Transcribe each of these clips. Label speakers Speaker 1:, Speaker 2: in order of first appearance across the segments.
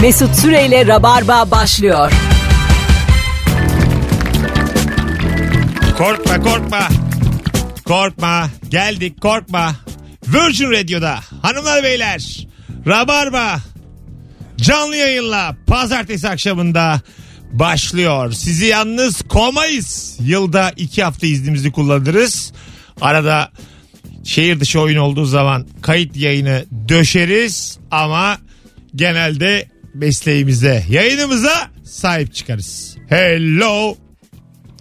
Speaker 1: Mesut Süreyle Rabarba başlıyor.
Speaker 2: Korkma korkma. Korkma. Geldik korkma. Virgin Radio'da hanımlar beyler. Rabarba. Canlı yayınla pazartesi akşamında başlıyor. Sizi yalnız komayız. Yılda iki hafta iznimizi kullanırız. Arada şehir dışı oyun olduğu zaman kayıt yayını döşeriz ama genelde mesleğimize, yayınımıza sahip çıkarız. Hello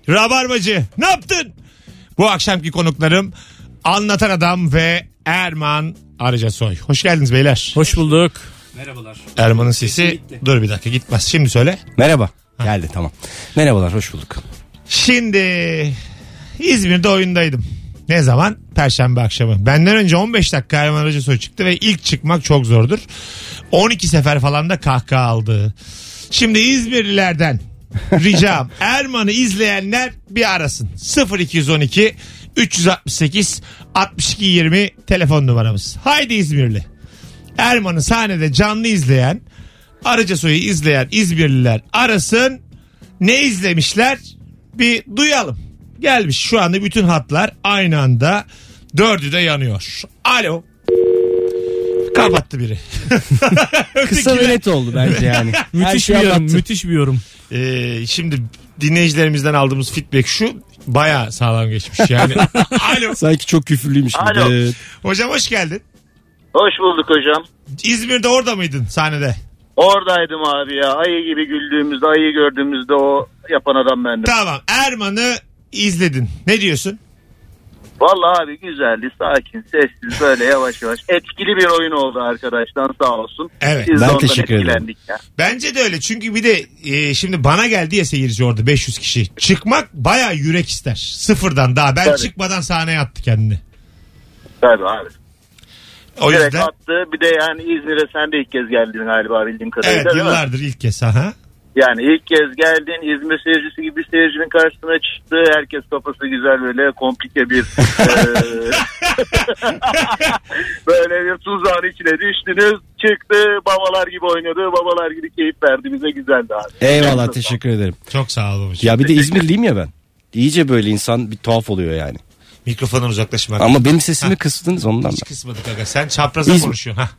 Speaker 2: Rabarbacı ne yaptın? Bu akşamki konuklarım Anlatan Adam ve Erman Arıcasoy. Hoş geldiniz beyler.
Speaker 3: Hoş bulduk.
Speaker 2: Erman'ın sesi dur bir dakika gitmez şimdi söyle.
Speaker 4: Merhaba. Geldi tamam. Merhabalar hoş bulduk.
Speaker 2: Şimdi İzmir'de oyundaydım. Ne zaman? Perşembe akşamı. Benden önce 15 dakika Erman Arıcasoy çıktı ve ilk çıkmak çok zordur. 12 sefer falan da kahkaha aldı. Şimdi İzmirlilerden ricam Erman'ı izleyenler bir arasın. 0212 368 62 20 telefon numaramız. Haydi İzmirli. Erman'ı sahnede canlı izleyen, Arıcasoy'u izleyen İzmirliler arasın. Ne izlemişler? Bir duyalım. Gelmiş şu anda bütün hatlar aynı anda dördü de yanıyor. Alo. Kapattı biri.
Speaker 4: Kısa ve net oldu bence yani.
Speaker 2: Hani
Speaker 4: Her şey
Speaker 3: Müthiş
Speaker 4: şeyi
Speaker 3: bir yorum,
Speaker 4: anlattın.
Speaker 3: müthiş bir yorum.
Speaker 2: Ee, şimdi dinleyicilerimizden aldığımız feedback şu. Baya sağlam geçmiş yani. Alo.
Speaker 4: Sanki çok küfürlüymüş gibi.
Speaker 5: Alo.
Speaker 4: Evet.
Speaker 2: Hocam hoş geldin.
Speaker 5: Hoş bulduk hocam.
Speaker 2: İzmir'de orada mıydın sahnede?
Speaker 5: Oradaydım abi ya. Ayı gibi güldüğümüzde, ayı gördüğümüzde o yapan adam bendim.
Speaker 2: Tamam. Erman'ı izledin. Ne diyorsun?
Speaker 5: Vallahi abi güzeldi, sakin, sessiz böyle yavaş yavaş. Etkili bir oyun oldu arkadaştan sağ olsun.
Speaker 2: Evet.
Speaker 5: Biz
Speaker 4: Ben
Speaker 5: de ondan
Speaker 4: teşekkür ederim.
Speaker 5: etkilendik ya.
Speaker 2: Bence de öyle. Çünkü bir de e, şimdi bana geldi ya seyirci orada 500 kişi. Çıkmak baya yürek ister. Sıfırdan daha. Ben
Speaker 5: Tabii.
Speaker 2: çıkmadan sahneye attı kendini.
Speaker 5: Tabii abi.
Speaker 2: O
Speaker 5: Direkt
Speaker 2: yüzden
Speaker 5: attı. Bir de yani İzmir'e sen de ilk kez geldin galiba bildiğim kadarıyla.
Speaker 2: evet
Speaker 5: değil mi?
Speaker 2: yıllardır ilk kez. Aha.
Speaker 5: Yani ilk kez geldin İzmir seyircisi gibi bir seyircinin karşısına çıktı. Herkes kafası güzel böyle komplike bir eee, böyle bir tuzağın içine düştünüz. Çıktı babalar gibi oynadı. Babalar gibi keyif verdi bize güzeldi abi.
Speaker 4: Eyvallah
Speaker 5: Çok
Speaker 4: teşekkür ederim.
Speaker 2: Çok sağ ol babacığım.
Speaker 4: Ya bir de İzmirliyim ya ben. İyice böyle insan bir tuhaf oluyor yani.
Speaker 2: Mikrofondan uzaklaşmak.
Speaker 4: Ama benim sesimi kıstınız ondan.
Speaker 2: Hiç kısmadık aga. Sen çapraza
Speaker 4: İzmir-
Speaker 2: konuşuyorsun. Ha.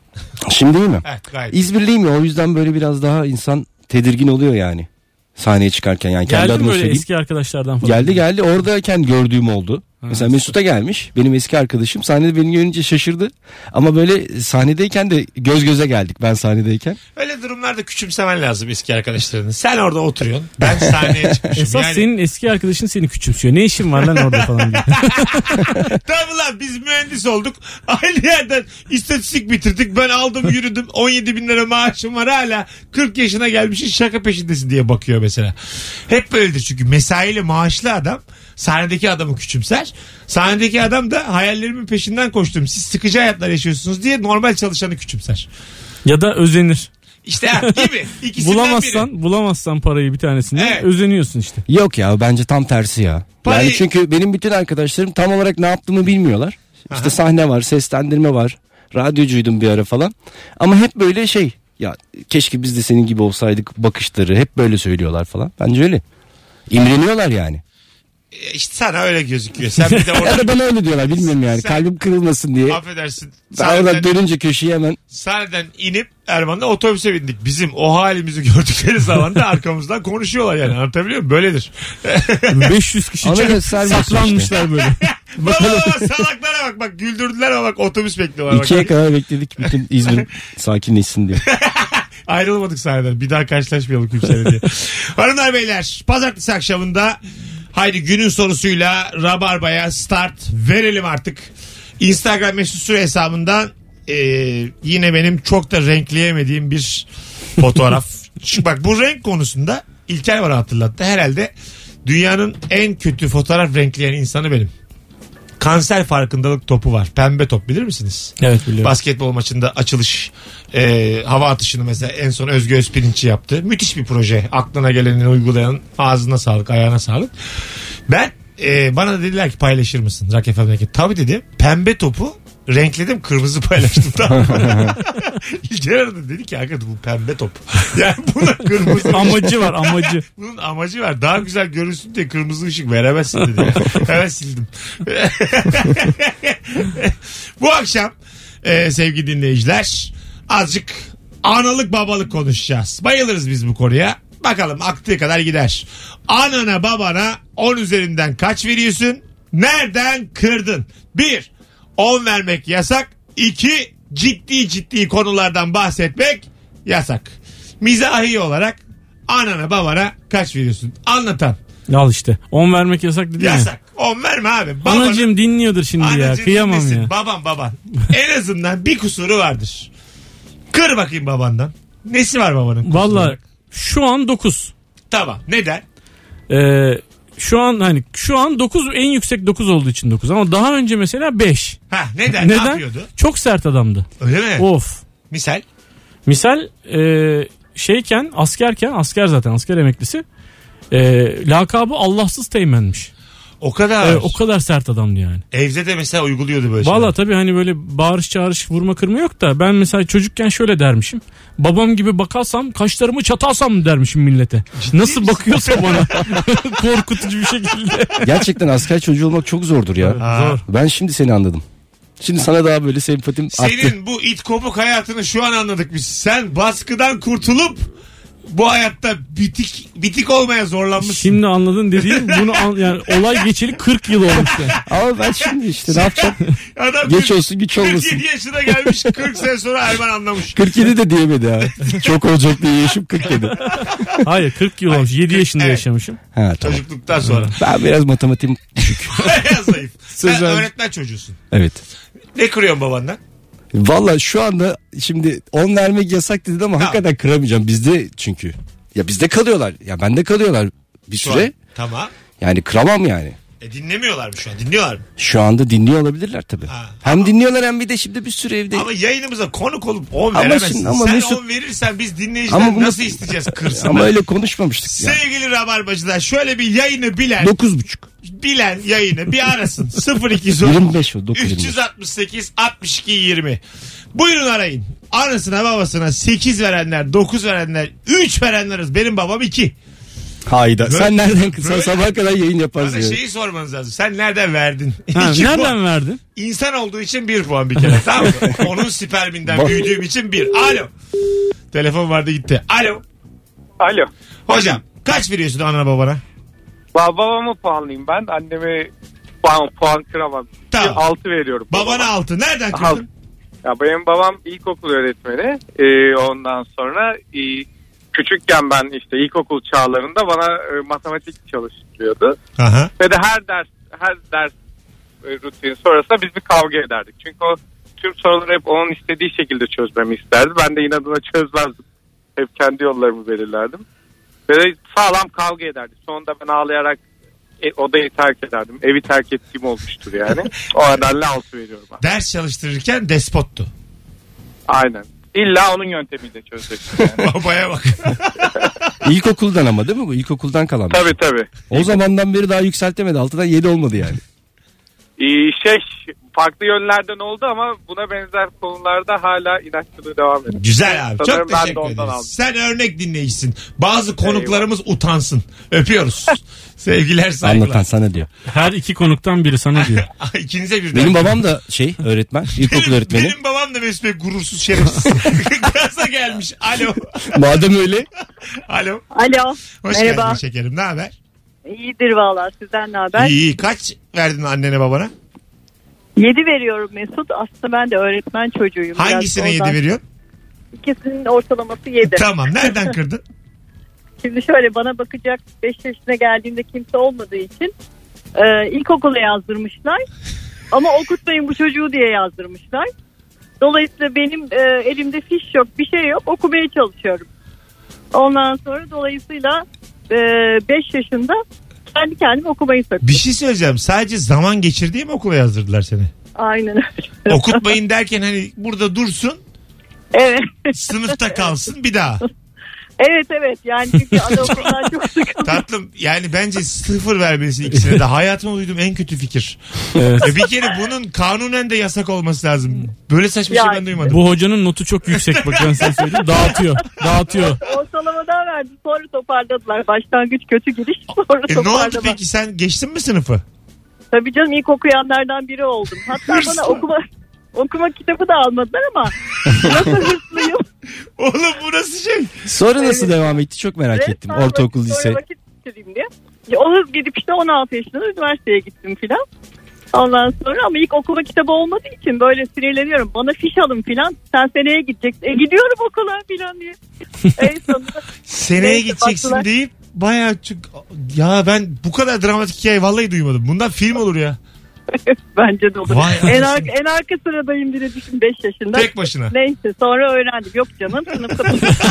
Speaker 4: ben. Şimdi iyi mi?
Speaker 2: Evet gayet.
Speaker 4: İzmirliyim ya o yüzden böyle biraz daha insan tedirgin oluyor yani. Sahneye çıkarken yani kendi
Speaker 3: Geldi mi
Speaker 4: adıma
Speaker 3: böyle
Speaker 4: söyleyeyim.
Speaker 3: eski arkadaşlardan falan?
Speaker 4: Geldi geldi oradayken gördüğüm oldu. Mesela Mesut'a gelmiş benim eski arkadaşım sahnede beni görünce şaşırdı ama böyle sahnedeyken de göz göze geldik ben sahnedeyken.
Speaker 2: Öyle durumlarda küçümsemen lazım eski arkadaşlarını. Sen orada oturuyorsun. Ben sahneye çıkmışım.
Speaker 3: Esas
Speaker 2: yani,
Speaker 3: senin eski arkadaşın seni küçümsüyor. Ne işin var lan orada falan diye.
Speaker 2: Tabii lan biz mühendis olduk. Aynı yerden istatistik bitirdik. Ben aldım yürüdüm. 17 bin lira maaşım var hala. 40 yaşına gelmişsin şaka peşindesin diye bakıyor mesela. Hep böyledir çünkü mesaili maaşlı adam sahnedeki adamı küçümser. Sahnedeki adam da hayallerimin peşinden koştum. Siz sıkıcı hayatlar yaşıyorsunuz diye normal çalışanı küçümser.
Speaker 3: ya da özenir.
Speaker 2: İşte ha, gibi. İkisinden
Speaker 3: bulamazsan,
Speaker 2: biri.
Speaker 3: bulamazsan parayı bir tanesinden
Speaker 2: Evet.
Speaker 3: özeniyorsun işte.
Speaker 4: Yok ya bence tam tersi ya.
Speaker 2: Parayı-
Speaker 4: Yani çünkü benim bütün arkadaşlarım tam olarak ne yaptığımı bilmiyorlar. İşte sahne var, seslendirme var. Radyocuydum bir ara falan. Ama hep böyle şey ya keşke biz de senin gibi olsaydık bakışları hep böyle söylüyorlar falan. Bence öyle. İmreniyorlar yani.
Speaker 2: E, İşte sana öyle gözüküyor. Sen bir de
Speaker 4: Ya
Speaker 2: orada
Speaker 4: da bana öyle diyorlar bilmiyorum yani.
Speaker 2: Sen-
Speaker 4: Kalbim kırılmasın diye.
Speaker 2: affedersin.
Speaker 4: E, Ben
Speaker 2: Sahneden-
Speaker 4: oradan dönünce köşeye hemen
Speaker 2: sahneden inip Erman'la otobüse bindik. Bizim o halimizi gördükleri zaman da arkamızdan konuşuyorlar yani. Anlatabiliyor muyum? Böyledir.
Speaker 3: 500 kişi
Speaker 4: Ana
Speaker 3: çıkıp
Speaker 4: göstermiyorsun
Speaker 3: saklanmışlar böyle.
Speaker 2: Baba salaklara bak bak güldürdüler ama bak otobüs bekliyorlar. Bak.
Speaker 4: ikiye kadar bekledik bütün İzmir sakinleşsin diye.
Speaker 2: Ayrılmadık sahneden. Bir daha karşılaşmayalım kimseyle diye. Hanımlar beyler pazartesi akşamında haydi günün sorusuyla Rabarba'ya start verelim artık. Instagram mesut süre hesabından e, yine benim çok da renkleyemediğim bir fotoğraf. Şu- bak bu renk konusunda İlker bana hatırlattı. Herhalde dünyanın en kötü fotoğraf renkleyen insanı benim. Kanser farkındalık topu var. Pembe top bilir misiniz?
Speaker 3: evet biliyorum.
Speaker 2: Basketbol maçında açılış e, hava atışını mesela en son Özgü Özpirinç'i yaptı. Müthiş bir proje. Aklına geleni uygulayan ağzına sağlık ayağına sağlık. Ben e, bana da dediler ki paylaşır mısın Rock FM'deki. Tabii dedi pembe topu renkledim kırmızı paylaştım tamam mı? İlker aradı dedi ki arkadaş bu pembe top. Yani buna kırmızı
Speaker 3: Amacı var amacı.
Speaker 2: Bunun amacı var. Daha güzel görünsün diye kırmızı ışık veremezsin dedi. ya. Hemen sildim. Bu akşam e, sevgili dinleyiciler azıcık analık babalık konuşacağız. Bayılırız biz bu konuya. Bakalım aktığı kadar gider. Anana babana 10 üzerinden kaç veriyorsun? Nereden kırdın? 1. 10 vermek yasak. 2. Ciddi ciddi konulardan bahsetmek yasak. Mizahi olarak anana babana kaç veriyorsun? Anlatan.
Speaker 3: Al işte. 10 vermek yasak dedin ya.
Speaker 2: Yasak. 10 verme abi. Babana-
Speaker 3: Anacığım dinliyordur şimdi ya.
Speaker 2: Anacığım
Speaker 3: Kıyamam
Speaker 2: dinlesin.
Speaker 3: ya.
Speaker 2: Baban baban. En azından bir kusuru vardır. Kır bakayım babandan. Nesi var babanın? kusuru
Speaker 3: Valla
Speaker 2: olarak?
Speaker 3: şu an 9.
Speaker 2: Tamam. Neden?
Speaker 3: Ee, şu an hani şu an 9 en yüksek 9 olduğu için 9 ama daha önce mesela 5.
Speaker 2: Ha neden? Ne
Speaker 3: Neden?
Speaker 2: yapıyordu?
Speaker 3: Çok sert adamdı.
Speaker 2: Öyle mi?
Speaker 3: Of.
Speaker 2: Misal.
Speaker 3: Misal e, şeyken askerken asker zaten asker emeklisi e, lakabı Allahsız teğmenmiş.
Speaker 2: O kadar.
Speaker 3: E, o kadar sert adamdı yani.
Speaker 2: Evde de mesela uyguluyordu böyle
Speaker 3: Valla
Speaker 2: şeyler.
Speaker 3: tabii hani böyle bağırış çağırış vurma kırma yok da ben mesela çocukken şöyle dermişim. Babam gibi bakalsam kaşlarımı çatalsam dermişim millete. Nasıl bakıyorsa bana korkutucu bir şekilde.
Speaker 4: Gerçekten asker çocuğu olmak çok zordur ya.
Speaker 2: Ha.
Speaker 4: Ben şimdi seni anladım. Şimdi sana daha böyle sempatim arttı.
Speaker 2: Senin bu it kopuk hayatını şu an anladık biz. Sen baskıdan kurtulup bu hayatta bitik bitik olmaya zorlanmışsın.
Speaker 3: Şimdi anladın dediğim bunu an- yani olay geçeli 40 yıl olmuş yani.
Speaker 4: Ama ben şimdi işte ne yapacağım?
Speaker 2: Adam
Speaker 4: Geç
Speaker 2: 40
Speaker 4: olsun güç olmasın.
Speaker 2: 47 yaşına gelmiş 40 sene sonra Erman anlamış.
Speaker 4: 47 de diyemedi ha. Çok olacak diye yaşım 47.
Speaker 3: Hayır 40 yıl olmuş 7 yaşında
Speaker 2: Evet.
Speaker 3: yaşamışım.
Speaker 4: Ha tamam.
Speaker 2: Çocukluktan sonra.
Speaker 4: Ben biraz matematiğim düşük.
Speaker 2: Bayağı zayıf. Sen
Speaker 4: Sözel.
Speaker 2: öğretmen çocuğusun.
Speaker 4: Evet.
Speaker 2: Ne kırıyorsun babandan?
Speaker 4: Valla şu anda şimdi 10 vermek yasak dedi ama hakikaten kıramayacağım bizde çünkü. Ya bizde kalıyorlar. Ya bende kalıyorlar bir
Speaker 2: Şu
Speaker 4: süre.
Speaker 2: an. Tamam.
Speaker 4: Yani kıramam yani.
Speaker 2: E dinlemiyorlar mı şu an? Dinliyorlar mı?
Speaker 4: Şu anda dinliyor olabilirler tabii.
Speaker 2: Ha.
Speaker 4: Hem dinliyorlar hem bir de şimdi bir sürü evde.
Speaker 2: Ama yayınımıza konuk olup 10
Speaker 4: E, Ama
Speaker 2: veremezsin.
Speaker 4: şimdi- ama
Speaker 2: Sen
Speaker 4: Mesut-
Speaker 2: 10 verirsen biz dinleyiciler
Speaker 4: Ama bunu-
Speaker 2: nasıl isteyeceğiz kırsın?
Speaker 4: Ama öyle konuşmamıştık ya.
Speaker 2: Sevgili Rabarbacılar şöyle bir yayını bilen,
Speaker 4: 9.5.
Speaker 2: bilen yayını bir arasın. 0210
Speaker 4: 25 o 9.
Speaker 2: 368 62 20. Buyurun arayın. Anasına babasına 8 verenler, 9 verenler, 3 verenleriz. Benim babam 2.
Speaker 4: Hayda. Sen nereden
Speaker 2: böyle- şey
Speaker 4: sen sabaha kadar yayın yaparsın
Speaker 2: Bana
Speaker 4: ya.
Speaker 2: şeyi sormanız lazım. Sen nereden verdin?
Speaker 3: Ha,
Speaker 2: İki puan.
Speaker 3: nereden verdin?
Speaker 2: İnsan olduğu için bir puan bir kere tamam mı? Onun sperminden büyüdüğüm için bir. Alo. Telefon vardı gitti. Alo.
Speaker 6: Alo.
Speaker 2: Hocam kaç veriyorsun anana babana?
Speaker 6: Ba- babamı puanlayayım ben. Anneme puan, puan kıramam.
Speaker 2: Tamam.
Speaker 6: 6 veriyorum.
Speaker 2: Babana altı. Nereden
Speaker 6: Aha.
Speaker 2: kırdın?
Speaker 6: Ya benim babam ilkokul öğretmeni. Ee, ondan sonra e, küçükken ben işte ilkokul çağlarında bana e, matematik çalıştırıyordu.
Speaker 2: Aha.
Speaker 6: Ve de her ders her ders e, rutini sonrasında biz bir kavga ederdik. Çünkü o tüm soruları hep onun istediği şekilde çözmemi isterdi. Ben de inadına çözmezdim. Hep kendi yollarımı belirlerdim. Ve de sağlam kavga ederdik. Sonunda ben ağlayarak e, odayı terk ederdim. Evi terk ettiğim olmuştur yani. O nedenle altı veriyorum. ben.
Speaker 2: Ders çalıştırırken despottu.
Speaker 6: Aynen. İlla onun yöntemiyle çözeceksin yani.
Speaker 2: Babaya bak.
Speaker 4: İlkokuldan ama değil mi bu? İlkokuldan kalan. bir şey.
Speaker 6: tabii tabii.
Speaker 4: O zamandan beri daha yükseltemedi. Altıdan 7 olmadı yani.
Speaker 6: Ee, şey farklı yönlerden oldu ama buna benzer konularda hala inatçılığı devam ediyor.
Speaker 2: Güzel abi. Çok
Speaker 6: Sanırım ben de
Speaker 2: teşekkür
Speaker 6: ondan
Speaker 2: ederim.
Speaker 6: aldım.
Speaker 2: Sen örnek dinleyicisin. Bazı konuklarımız utansın. Öpüyoruz. Sevgiler
Speaker 4: Anlatan
Speaker 2: saygılar.
Speaker 4: sana diyor.
Speaker 3: Her iki konuktan biri sana diyor.
Speaker 2: İkinize birden.
Speaker 4: Benim babam da şey öğretmen. İlkokul öğretmeni.
Speaker 2: Benim babam da Mesut Bey gurursuz şerefsiz. Gaza gelmiş. Alo.
Speaker 4: Madem öyle.
Speaker 2: Alo.
Speaker 7: Alo.
Speaker 2: Hoş
Speaker 7: Merhaba.
Speaker 2: geldin şekerim. Ne haber?
Speaker 7: İyidir valla sizden ne haber?
Speaker 2: İyi, iyi. Kaç verdin annene babana?
Speaker 7: 7 veriyorum Mesut. Aslında ben de öğretmen çocuğuyum. Biraz
Speaker 2: Hangisine yedi
Speaker 7: oradan.
Speaker 2: veriyorsun?
Speaker 7: İkisinin ortalaması 7.
Speaker 2: Tamam. Nereden kırdın?
Speaker 7: Şimdi şöyle bana bakacak 5 yaşına geldiğimde kimse olmadığı için e, ilkokula yazdırmışlar. Ama okutmayın bu çocuğu diye yazdırmışlar. Dolayısıyla benim e, elimde fiş yok bir şey yok okumaya çalışıyorum. Ondan sonra dolayısıyla 5 yaşında kendi kendime okumayı söktüm.
Speaker 2: Bir şey söyleyeceğim. Sadece zaman geçir diye mi okula yazdırdılar seni?
Speaker 7: Aynen öyle.
Speaker 2: Okutmayın derken hani burada dursun,
Speaker 7: evet.
Speaker 2: sınıfta kalsın bir daha.
Speaker 7: Evet evet yani çünkü anaokulundan çok sıkıldım.
Speaker 2: Tatlım yani bence sıfır vermesi ikisine de hayatımda duyduğum en kötü fikir.
Speaker 3: Evet.
Speaker 2: Ya bir kere bunun kanunen de yasak olması lazım. Böyle saçma şey
Speaker 7: Yani.
Speaker 2: ben duymadım.
Speaker 3: Bu hocanın notu çok yüksek bak ben sana söyleyeyim. Dağıtıyor. Dağıtıyor.
Speaker 7: Ortalamadan verdi sonra toparladılar. Başlangıç kötü giriş sonra
Speaker 2: E ne oldu
Speaker 7: toparlama.
Speaker 2: peki sen geçtin mi sınıfı?
Speaker 7: Tabii canım ilk okuyanlardan biri oldum. Hatta
Speaker 2: Hırslı.
Speaker 7: bana okuma okuma kitabı da almadılar ama nasıl hırslıyım.
Speaker 2: Oğlum bu nasıl şey?
Speaker 4: Sonra nasıl devam etti çok merak
Speaker 7: Ve
Speaker 4: ettim.
Speaker 7: sonra
Speaker 4: Ortaokul,
Speaker 7: vakit-
Speaker 4: lise.
Speaker 7: Sonra vakit geçireyim diye. Ya O hız gidip işte 16 yaşında üniversiteye gittim filan. Ondan sonra ama ilk okuma kitabı olmadığı için böyle sinirleniyorum. Bana fiş alın filan. Sen seneye gideceksin. E gidiyorum okula filan diye. en sonunda
Speaker 2: Seneye
Speaker 7: Neyse,
Speaker 2: gideceksin
Speaker 7: baktılar.
Speaker 2: deyip bayağı çok... Ya ben bu kadar dramatik hikaye vallahi duymadım. Bundan film olur ya.
Speaker 7: bence de olur.
Speaker 2: Vay
Speaker 7: en,
Speaker 2: anasını.
Speaker 7: arka, en arka sıradayım bile düşün 5 yaşında.
Speaker 2: Tek başına.
Speaker 7: Neyse sonra öğrendim. Yok canım sınıfta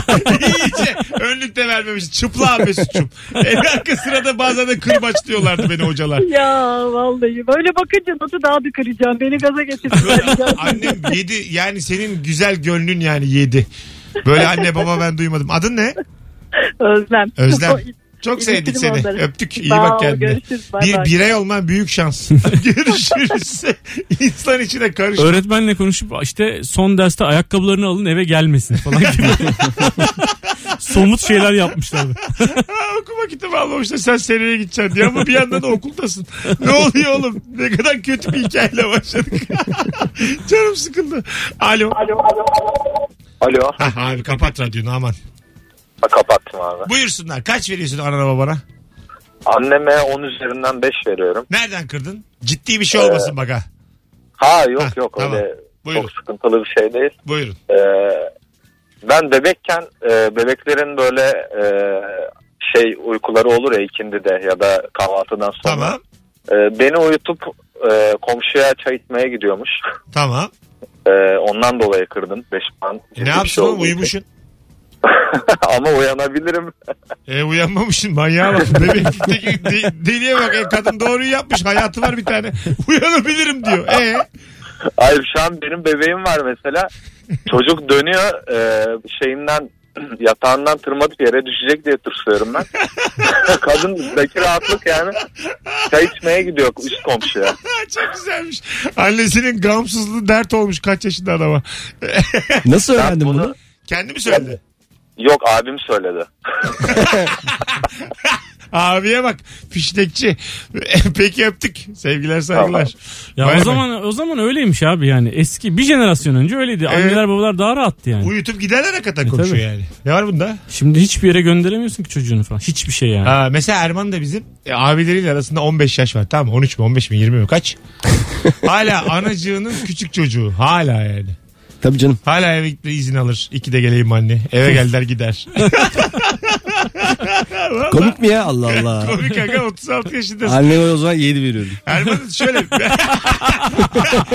Speaker 2: İyice önlükte vermemiş. Çıpla Mesut çup. En arka sırada bazen de kırbaç diyorlardı beni hocalar.
Speaker 7: Ya vallahi böyle bakınca notu daha da kıracağım. Beni gaza getirdin.
Speaker 2: Annem yedi yani senin güzel gönlün yani yedi. Böyle anne baba ben duymadım. Adın ne?
Speaker 7: Özlem.
Speaker 2: Özlem.
Speaker 7: İyi
Speaker 2: Çok sevdik
Speaker 7: İletirim
Speaker 2: seni.
Speaker 7: onları.
Speaker 2: Öptük. İyi
Speaker 7: Sağ
Speaker 2: bak
Speaker 7: ol,
Speaker 2: kendine.
Speaker 7: görüşürüz. Bay
Speaker 2: Bir
Speaker 7: bay.
Speaker 2: birey olman büyük şans. görüşürüz. İnsan içine karış.
Speaker 3: Öğretmenle konuşup işte son derste ayakkabılarını alın eve gelmesin falan gibi. Somut şeyler yapmışlar.
Speaker 2: Aa, okuma kitabı almamışlar sen seneye gideceksin diye ama bir yandan da okuldasın. Ne oluyor oğlum? Ne kadar kötü bir hikayeyle başladık. Canım sıkıldı. Alo.
Speaker 5: Alo.
Speaker 2: Ha, abi kapat radyonu aman.
Speaker 5: Ha, kapattım abi.
Speaker 2: Buyursunlar. Kaç veriyorsun anana babana?
Speaker 5: Anneme 10 üzerinden 5 veriyorum.
Speaker 2: Nereden kırdın? Ciddi bir şey olmasın bak ha.
Speaker 5: Ha yok
Speaker 2: Ha,
Speaker 5: yok
Speaker 2: tamam.
Speaker 5: öyle
Speaker 2: Buyurun.
Speaker 5: çok sıkıntılı bir şey değil.
Speaker 2: Buyurun.
Speaker 5: Ee, ben bebekken e, bebeklerin böyle e, şey uykuları olur ya ikindi de ya da kahvaltıdan sonra.
Speaker 2: Tamam.
Speaker 5: E, beni uyutup e, komşuya çay içmeye gidiyormuş.
Speaker 2: Tamam.
Speaker 5: E, ondan dolayı kırdım 5 puan.
Speaker 2: E,
Speaker 5: şey
Speaker 2: ne yapsın oğlum uyumuşsun.
Speaker 5: Ama uyanabilirim.
Speaker 2: E uyanmamışsın manyağa bak. Bebeklikteki de- deliye bak. E, kadın doğruyu yapmış. Hayatı var bir tane. Uyanabilirim diyor. E
Speaker 5: Hayır şu an benim bebeğim var mesela. Çocuk dönüyor e, şeyinden yatağından tırmanıp yere düşecek diye tırsıyorum ben. Kadındaki rahatlık yani çay içmeye gidiyor üst komşuya.
Speaker 2: çok güzelmiş. Annesinin gamsızlığı dert olmuş kaç yaşında adama.
Speaker 4: Nasıl
Speaker 5: Ben
Speaker 4: öğrendin bunu?
Speaker 5: bunu-
Speaker 2: Kendi mi söyledi?
Speaker 5: Yok abim söyledi.
Speaker 2: Abiye bak fiştekçi. Peki öptük. Sevgiler saygılar.
Speaker 3: Ya
Speaker 2: Vay
Speaker 3: o
Speaker 2: be.
Speaker 3: zaman o zaman öyleymiş abi yani. Eski bir jenerasyon önce öyleydi.
Speaker 2: Evet.
Speaker 3: Anneler babalar daha rahattı yani.
Speaker 2: Uyutup giderler hakikaten komşu
Speaker 3: tabii.
Speaker 2: yani. Ne var bunda?
Speaker 3: Şimdi hiçbir yere gönderemiyorsun ki çocuğunu falan. Hiçbir şey yani.
Speaker 2: Aa, mesela Erman da bizim e, abileriyle arasında 15 yaş var. Tamam mı? 13 mi 15 mi 20 mi kaç? hala anacığının küçük çocuğu. Hala yani.
Speaker 4: Tabii canım.
Speaker 2: Hala eve gitme izin alır. İki de geleyim anne. Eve gel der gider. Vallahi
Speaker 4: Komik mi ya Allah Allah.
Speaker 2: Komik aga 36 yaşındasın.
Speaker 4: Anneme o zaman 7 veriyorum.
Speaker 2: Erman'ın şöyle.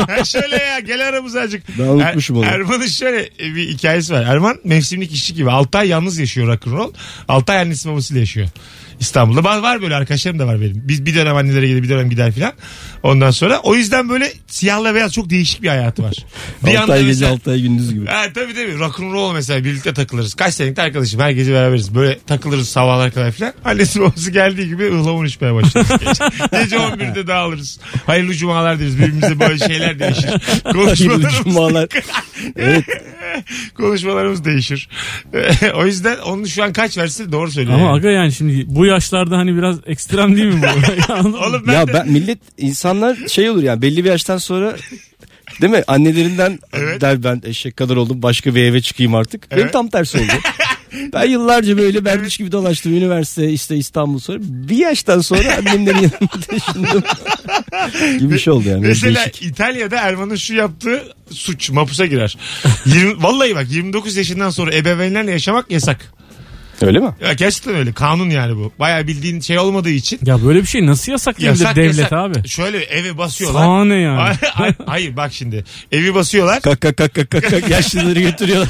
Speaker 2: Ha, şöyle ya gel aramıza azıcık. Er-
Speaker 4: Ben unutmuşum onu.
Speaker 2: Erman'ın şöyle e, bir hikayesi var. Erman mevsimlik işçi gibi. 6 ay yalnız yaşıyor rock'n'roll. 6 ay annesi babasıyla yaşıyor. İstanbul'da. Var, var böyle arkadaşlarım da var benim. Biz bir dönem annelere gider bir dönem gider filan. Ondan sonra o yüzden böyle siyahla beyaz çok değişik bir hayatı var. bir
Speaker 4: 6
Speaker 2: anda
Speaker 4: ay gece
Speaker 2: mesela-
Speaker 4: 6 ay gündüz gibi.
Speaker 2: Ha, tabii tabii rock'n'roll mesela birlikte takılırız. Kaç senelik de arkadaşım her gece beraberiz. Böyle takılırız sabahlar kadar filan. Annesi babası geldiği gibi ıhlamur içmeye başlarız. Gece, gece 11'de dağılırız. Hayırlı cumalar deriz. Birbirimize böyle şeyler değişir.
Speaker 4: Hayırlı
Speaker 2: Konuşmalarımız,
Speaker 4: cumalar.
Speaker 2: konuşmalarımız değişir. o yüzden onun şu an kaç verse doğru söylüyor.
Speaker 3: Ama
Speaker 2: yani.
Speaker 3: aga yani şimdi bu yaşlarda hani biraz ekstrem değil mi bu? Anladın mı?
Speaker 2: Oğlum ben
Speaker 4: Ya
Speaker 2: de-
Speaker 4: ben millet insanlar şey olur yani belli bir yaştan sonra değil mi annelerinden
Speaker 2: Evet.
Speaker 4: der ben eşek kadar oldum başka bir eve çıkayım artık.
Speaker 2: Evet.
Speaker 4: Benim tam tersi oldu. Ben yıllarca böyle berbiş gibi dolaştım üniversite işte İstanbul sonra bir yaştan sonra annemlerin yanına taşındım gibi bir şey oldu yani.
Speaker 2: Mesela
Speaker 4: Değişik.
Speaker 2: İtalya'da Erman'ın şu yaptığı suç mapusa girer. 20, vallahi bak 29 yaşından sonra ebeveynlerle yaşamak yasak.
Speaker 4: Öyle mi?
Speaker 2: Ya gerçekten öyle kanun yani bu. Bayağı bildiğin şey olmadığı için
Speaker 3: Ya böyle bir şey nasıl yasaklayabilir
Speaker 2: yasak
Speaker 3: devlet
Speaker 2: yasak.
Speaker 3: abi?
Speaker 2: Şöyle eve basıyorlar.
Speaker 3: Sana ne yani?
Speaker 2: Hayır, hayır bak şimdi evi basıyorlar.
Speaker 4: Kak kak kak kak kak kak yaşlıları götürüyorlar.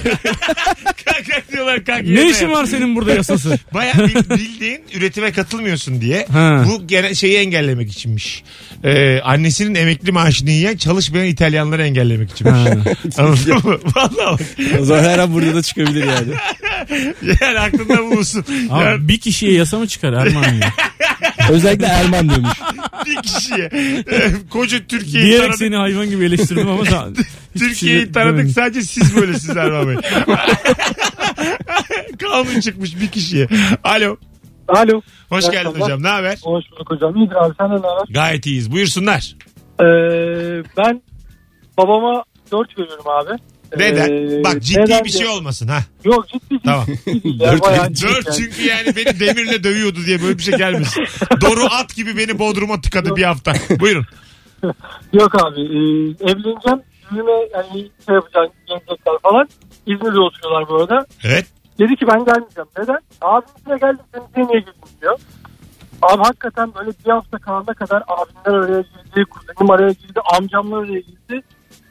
Speaker 2: Kalk kalk diyorlar kalk.
Speaker 3: Ne
Speaker 2: yeme.
Speaker 3: işin var senin burada yasası?
Speaker 2: Bayağı bil- bildiğin üretime katılmıyorsun diye
Speaker 3: Ha.
Speaker 2: bu gene şeyi engellemek içinmiş. Ee, annesinin emekli maaşını yiyen çalışmayan İtalyanları engellemek içinmiş. Anladın mı? Vallahi bak.
Speaker 4: O zaman her an burada da çıkabilir yani.
Speaker 2: Yani aklında bulunsun.
Speaker 3: Abi
Speaker 2: Yani
Speaker 3: bir kişiye yasa mı çıkar Erman ya?
Speaker 4: Özellikle Erman demiş.
Speaker 2: bir kişiye. e, Koca Türkiye'yi
Speaker 3: Diyerek
Speaker 2: tanıdık.
Speaker 3: seni hayvan gibi eleştirdim ama sen... hiçbir şey
Speaker 2: Türkiye'yi
Speaker 3: de-
Speaker 2: tanıdık
Speaker 3: demedim.
Speaker 2: sadece siz böylesiniz Erman Bey. Kanun çıkmış bir kişiye. Alo.
Speaker 8: Alo.
Speaker 2: Hoş
Speaker 8: İyi
Speaker 2: geldin
Speaker 8: akşamlar.
Speaker 2: hocam. Ne haber?
Speaker 8: Hoş bulduk hocam. İyidir abi senden ne haber?
Speaker 2: Gayet iyiyiz. Buyursunlar.
Speaker 8: Ee, ben babama 4 veriyorum abi.
Speaker 2: Neden?
Speaker 8: Ee,
Speaker 2: Bak ciddi
Speaker 8: neden
Speaker 2: bir
Speaker 8: diye-
Speaker 2: şey olmasın ha.
Speaker 8: Yok ciddi şey ciddi.
Speaker 2: Tamam.
Speaker 8: ya,
Speaker 7: Ee,
Speaker 8: bayağı ciddi
Speaker 2: Dört
Speaker 8: yani.
Speaker 2: çünkü yani beni demirle dövüyordu diye böyle bir şey gelmesin. Doru at gibi beni bodruma tıkadı bir hafta. Buyurun.
Speaker 8: Yok abi e,
Speaker 7: ee,
Speaker 8: evleneceğim. Düğüne yani şey yapacağım gelecekler falan. İzmir'de oturuyorlar bu arada.
Speaker 2: Evet.
Speaker 8: Dedi ki ben gelmeyeceğim. Neden? Abimle geldim sen niye girdin diyor. Abi hakikaten böyle bir hafta kalana kadar abimler araya girdi, kuzenim araya girdi, amcamlar araya girdi.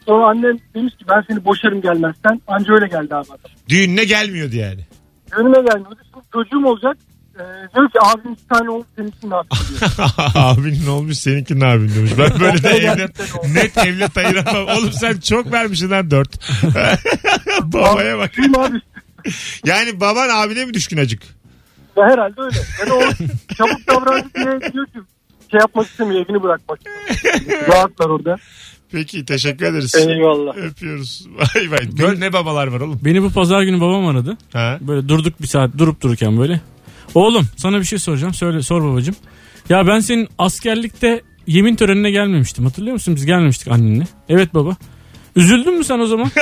Speaker 8: Sonra annem demiş ki ben seni boşarım gelmezsen. Anca öyle geldi abi. adam.
Speaker 2: Düğününe gelmiyordu yani.
Speaker 8: Önüme gelmiyordu. Şimdi çocuğum olacak. Ee, diyor ki abim iki tane oldu senin için ne yapayım diyor.
Speaker 2: abinin olmuş seninki ne abin demiş. Ben böyle de evlat, net evlat ayıramam. Oğlum sen çok vermişsin lan dört. Babaya bak.
Speaker 8: Değil mi abi?
Speaker 2: Yani baban abine mi düşkün acık?
Speaker 8: Ya herhalde öyle. Yani o çabuk davrandı diye diyor ki şey yapmak istemiyor evini bırakmak istemiyor. Rahatlar orada.
Speaker 2: Peki teşekkür ederiz.
Speaker 8: Eyvallah.
Speaker 2: Öpüyoruz. Vay vay. Gör ne babalar var oğlum.
Speaker 3: Beni bu pazar günü babam aradı.
Speaker 2: Ha?
Speaker 3: Böyle durduk bir saat durup dururken böyle. Oğlum sana bir şey soracağım. Söyle sor babacığım. Ya ben senin askerlikte yemin törenine gelmemiştim. Hatırlıyor musun? Biz gelmemiştik annenle. Evet baba. Üzüldün mü sen o zaman?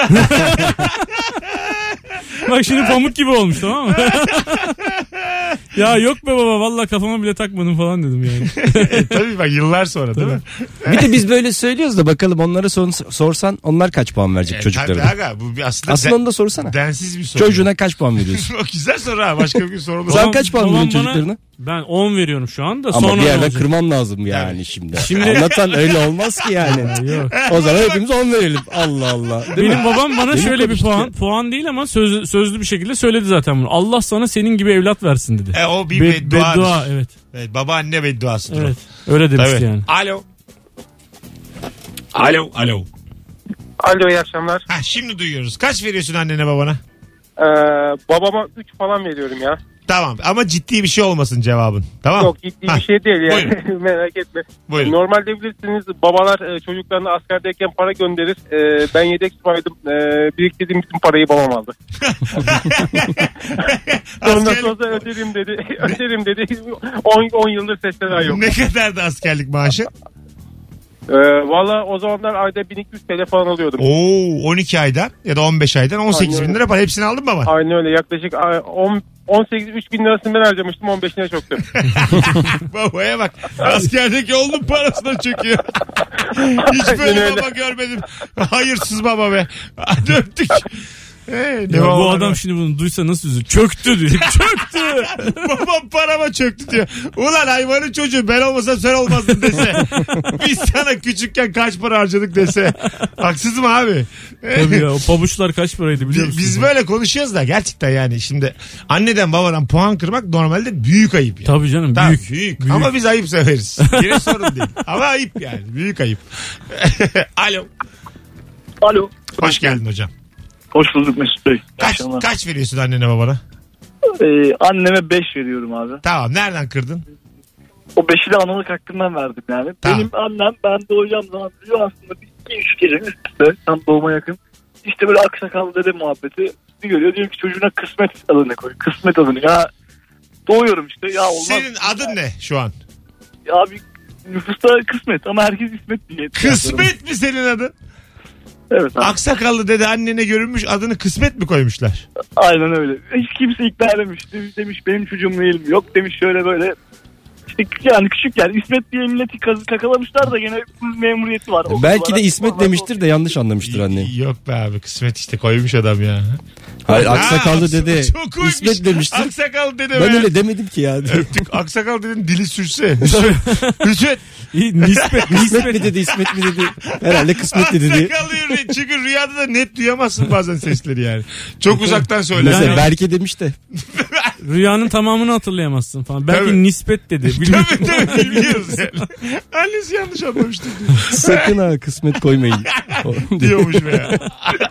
Speaker 3: Bak şimdi pamuk gibi olmuş tamam mı? ya yok be baba valla kafama bile takmadım falan dedim yani.
Speaker 2: E, Tabii bak yıllar sonra değil mi?
Speaker 4: Bir de biz böyle söylüyoruz da bakalım onlara son- sorsan onlar kaç puan verecek
Speaker 2: E,
Speaker 4: çocuklara.
Speaker 2: Tabii aga bu bir aslında,
Speaker 4: Aslında
Speaker 2: den-
Speaker 4: onu da sorsana.
Speaker 2: densiz bir soru.
Speaker 4: Çocuğuna kaç puan veriyorsun?
Speaker 2: o güzel soru ha. Başka bir gün sorulmaz.
Speaker 4: Sen kaç puan
Speaker 3: Babam
Speaker 4: veriyorsun
Speaker 3: bana-
Speaker 4: çocuklarına?
Speaker 3: Ben 10 veriyorum şu anda.
Speaker 4: Ama
Speaker 3: sonra
Speaker 4: bir
Speaker 3: ne
Speaker 4: yerden
Speaker 3: olacak?
Speaker 4: kırman lazım yani şimdi.
Speaker 3: Şimdi-
Speaker 4: Anlatan öyle olmaz ki yani.
Speaker 3: Yok.
Speaker 4: o zaman hepimiz on verelim. Allah Allah. Değil
Speaker 3: Benim
Speaker 4: mi?
Speaker 3: babam bana
Speaker 4: Benim
Speaker 3: şöyle bir
Speaker 4: konuştu.
Speaker 3: puan, puan değil ama söz, sözlü bir şekilde söyledi zaten bunu. Allah sana senin gibi evlat versin dedi.
Speaker 2: E, o bir
Speaker 3: Be-
Speaker 2: beddua.
Speaker 3: beddua, evet.
Speaker 2: Evet, babaanne bedduasıdır
Speaker 3: Evet.
Speaker 2: o.
Speaker 3: Öyle demişti
Speaker 2: Tabii.
Speaker 3: yani.
Speaker 2: Alo. Alo. Alo.
Speaker 6: Alo iyi akşamlar.
Speaker 2: Ha, şimdi duyuyoruz. Kaç veriyorsun annene babana?
Speaker 6: Ee, babama 3 falan veriyorum ya.
Speaker 2: Tamam ama ciddi bir şey olmasın cevabın. Tamam.
Speaker 6: Yok ciddi
Speaker 2: Ah, Ha,
Speaker 6: bir şey değil yani merak etme.
Speaker 2: Buyurun.
Speaker 6: Normalde bilirsiniz babalar e, çocuklarına askerdeyken para gönderir. E, ben yedek siparişim e, biriktirdiğim bütün parayı babam aldı. Ondan
Speaker 2: Askerlik-
Speaker 6: sonra öderim dedi. öderim dedi. 10 10 yıldır sesler yok.
Speaker 2: Ne kadar da askerlik maaşı?
Speaker 5: Ee,
Speaker 6: E, Valla o zamanlar ayda 1200 TL falan alıyordum.
Speaker 2: Oo 12 aydan ya da 15 aydan 18 bin
Speaker 6: Aynen.
Speaker 2: lira para. Hepsini aldın mı baba?
Speaker 6: Aynen öyle yaklaşık a, on- 18 3 bin lirasını ben harcamıştım 15'ine çoktu.
Speaker 2: Babaya bak. Askerdeki oğlum parasına çöküyor. Hiç
Speaker 6: Aynen
Speaker 2: böyle
Speaker 6: öyle.
Speaker 2: baba görmedim. Hayırsız baba be. Hadi öptük. Ee, ne
Speaker 3: Ya bu
Speaker 2: babalar
Speaker 3: adam
Speaker 2: var.
Speaker 3: şimdi bunu duysa nasıl üzülür? Çöktü diyor. Çöktü.
Speaker 2: Babam parama çöktü diyor. Ulan hayvanın çocuğu ben olmasam sen olmazdın dese. Biz sana küçükken kaç para harcadık dese. Haksız mı abi?
Speaker 3: Tabii ya o pabuçlar kaç paraydı biliyor
Speaker 2: Biz,
Speaker 3: musun?
Speaker 2: biz böyle konuşuyoruz da gerçekten yani şimdi anneden babadan puan kırmak normalde büyük ayıp. Yani.
Speaker 3: Tabii canım
Speaker 2: Tamam,
Speaker 3: büyük. büyük.
Speaker 2: Ama biz ayıp severiz. Yine sorun değil. Ama ayıp yani. Büyük ayıp. Alo.
Speaker 9: Alo.
Speaker 2: Hoş geldin hocam.
Speaker 9: Hoş bulduk Mesut Bey.
Speaker 2: Kaç,
Speaker 9: Akşamlar.
Speaker 2: kaç veriyorsun annene babana?
Speaker 9: Ee, anneme 5 veriyorum abi.
Speaker 2: Tamam nereden kırdın?
Speaker 9: O 5'i de analık hakkından verdim yani.
Speaker 2: Tamam.
Speaker 9: Benim annem ben doğacağım zaman diyor aslında bir iki üç kere üst üste tam doğuma yakın. İşte böyle aksakallı dede muhabbeti bir görüyor. Diyor ki çocuğuna kısmet adını koy. Kısmet adını. Ya doğuyorum işte. Ya olmaz.
Speaker 2: Senin adın ne şu an?
Speaker 9: Ya bir nüfusta kısmet ama herkes İsmet diye. şey
Speaker 2: Kısmet mi senin adın?
Speaker 9: Evet abi.
Speaker 2: Aksakallı dedi annene görünmüş adını kısmet mi koymuşlar?
Speaker 9: Aynen öyle. Hiç kimse ikna edememiş. Demiş, demiş benim çocuğum değil mi? Yok demiş şöyle böyle. İşte yani küçük yani İsmet diye milleti kazı kakalamışlar da gene full memuriyeti var. Okulu
Speaker 4: Belki
Speaker 9: var,
Speaker 4: de İsmet
Speaker 9: okulu var,
Speaker 4: demiştir de yanlış anlamıştır annem.
Speaker 2: Yok be abi kısmet işte koymuş adam ya.
Speaker 4: Hayır
Speaker 2: Ha,
Speaker 4: E, aksakallı dede
Speaker 2: çok koymuş.
Speaker 4: İsmet demiştir.
Speaker 2: Aksakallı dede
Speaker 4: Ben
Speaker 2: be.
Speaker 4: öyle demedim ki ya.
Speaker 2: Öptük. Aksakallı dedenin dili sürse. Hüsmet.
Speaker 3: İyi, nispet,
Speaker 4: İsmet mi
Speaker 3: nispet.
Speaker 4: dedi İsmet mi dedi. Herhalde kısmet dedi diye.
Speaker 2: Aksakallı yürü. Çünkü rüyada da net duyamazsın bazen sesleri yani. Çok uzaktan söylersin.
Speaker 4: Mesela
Speaker 3: Yani-
Speaker 4: Berke demiş de.
Speaker 3: Rüyanın tamamını hatırlayamazsın falan. Belki
Speaker 2: Tabii.
Speaker 3: nispet dedi. Bilmiyorum.
Speaker 2: Tabii tabii bilmiyoruz yani. Annesi yanlış anlamıştır
Speaker 4: Sakın ha kısmet koymayın.
Speaker 2: diyormuş be ya.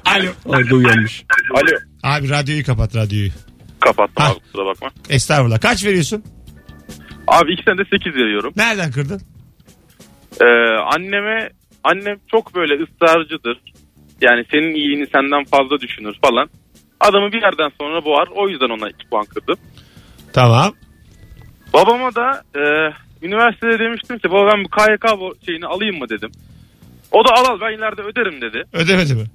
Speaker 2: Alo.
Speaker 4: Orada uyanmış.
Speaker 5: Alo.
Speaker 2: Abi radyoyu kapat radyoyu.
Speaker 5: kapattım
Speaker 2: Ha.
Speaker 5: abi kusura bakma.
Speaker 2: Estağfurullah. Kaç veriyorsun?
Speaker 5: Abi iki senede 8 veriyorum.
Speaker 2: Nereden kırdın?
Speaker 5: Ee, anneme annem çok böyle ısrarcıdır. Yani senin iyiliğini senden fazla düşünür falan. Adamı bir yerden sonra boğar. O yüzden ona 2 puan kırdım.
Speaker 2: Tamam.
Speaker 5: Babama da e, üniversitede demiştim ki baba ben bu KYK bo- şeyini alayım mı dedim. O da al al ben ileride öderim dedi.
Speaker 2: Ödemedi mi?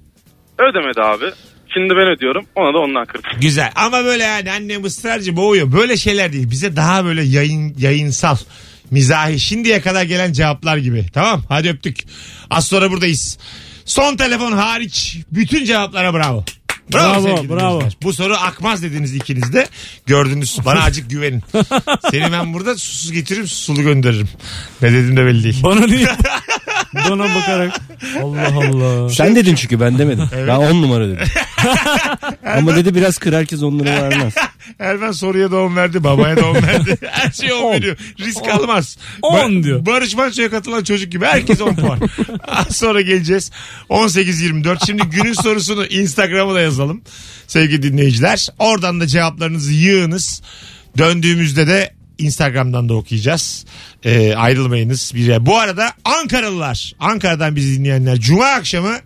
Speaker 5: Ödemedi abi. Şimdi ben ödüyorum. Ona da ondan kırdım.
Speaker 2: Güzel. Ama böyle yani annem ısrarcı boğuyor. Böyle şeyler değil. Bize daha böyle yayın yayınsal mizahi şimdiye kadar gelen cevaplar gibi. Tamam hadi öptük. Az sonra buradayız. Son telefon hariç bütün cevaplara bravo.
Speaker 3: Bravo,
Speaker 2: sevgili
Speaker 3: bravo.
Speaker 2: dinleyiciler. Bu soru akmaz dediniz ikiniz de. Gördünüz. Bana acık güvenin. Seni ben burada susuz getiririm susulu gönderirim. Ne dedim de belli değil.
Speaker 3: Bana niye? Bana bakarak. Allah Allah.
Speaker 4: Sen dedin çünkü ben demedim. Ben 10 numara dedim. Ama dedi biraz kır herkes 10 numara vermez.
Speaker 2: Erben soruya da on verdi, babaya da on verdi. Her şeye on veriyor. Risk almaz.
Speaker 3: On diyor.
Speaker 2: Barış Manço'ya katılan çocuk gibi. Herkes on puan. Az sonra geleceğiz. 18-24. Şimdi günün sorusunu Instagram'a da yazalım. Sevgili dinleyiciler. Oradan da cevaplarınızı yığınız. Döndüğümüzde de Instagram'dan da okuyacağız. Ee, ayrılmayınız. Bir yere. Bu arada Ankaralılar, Ankara'dan bizi dinleyenler. Cuma akşamı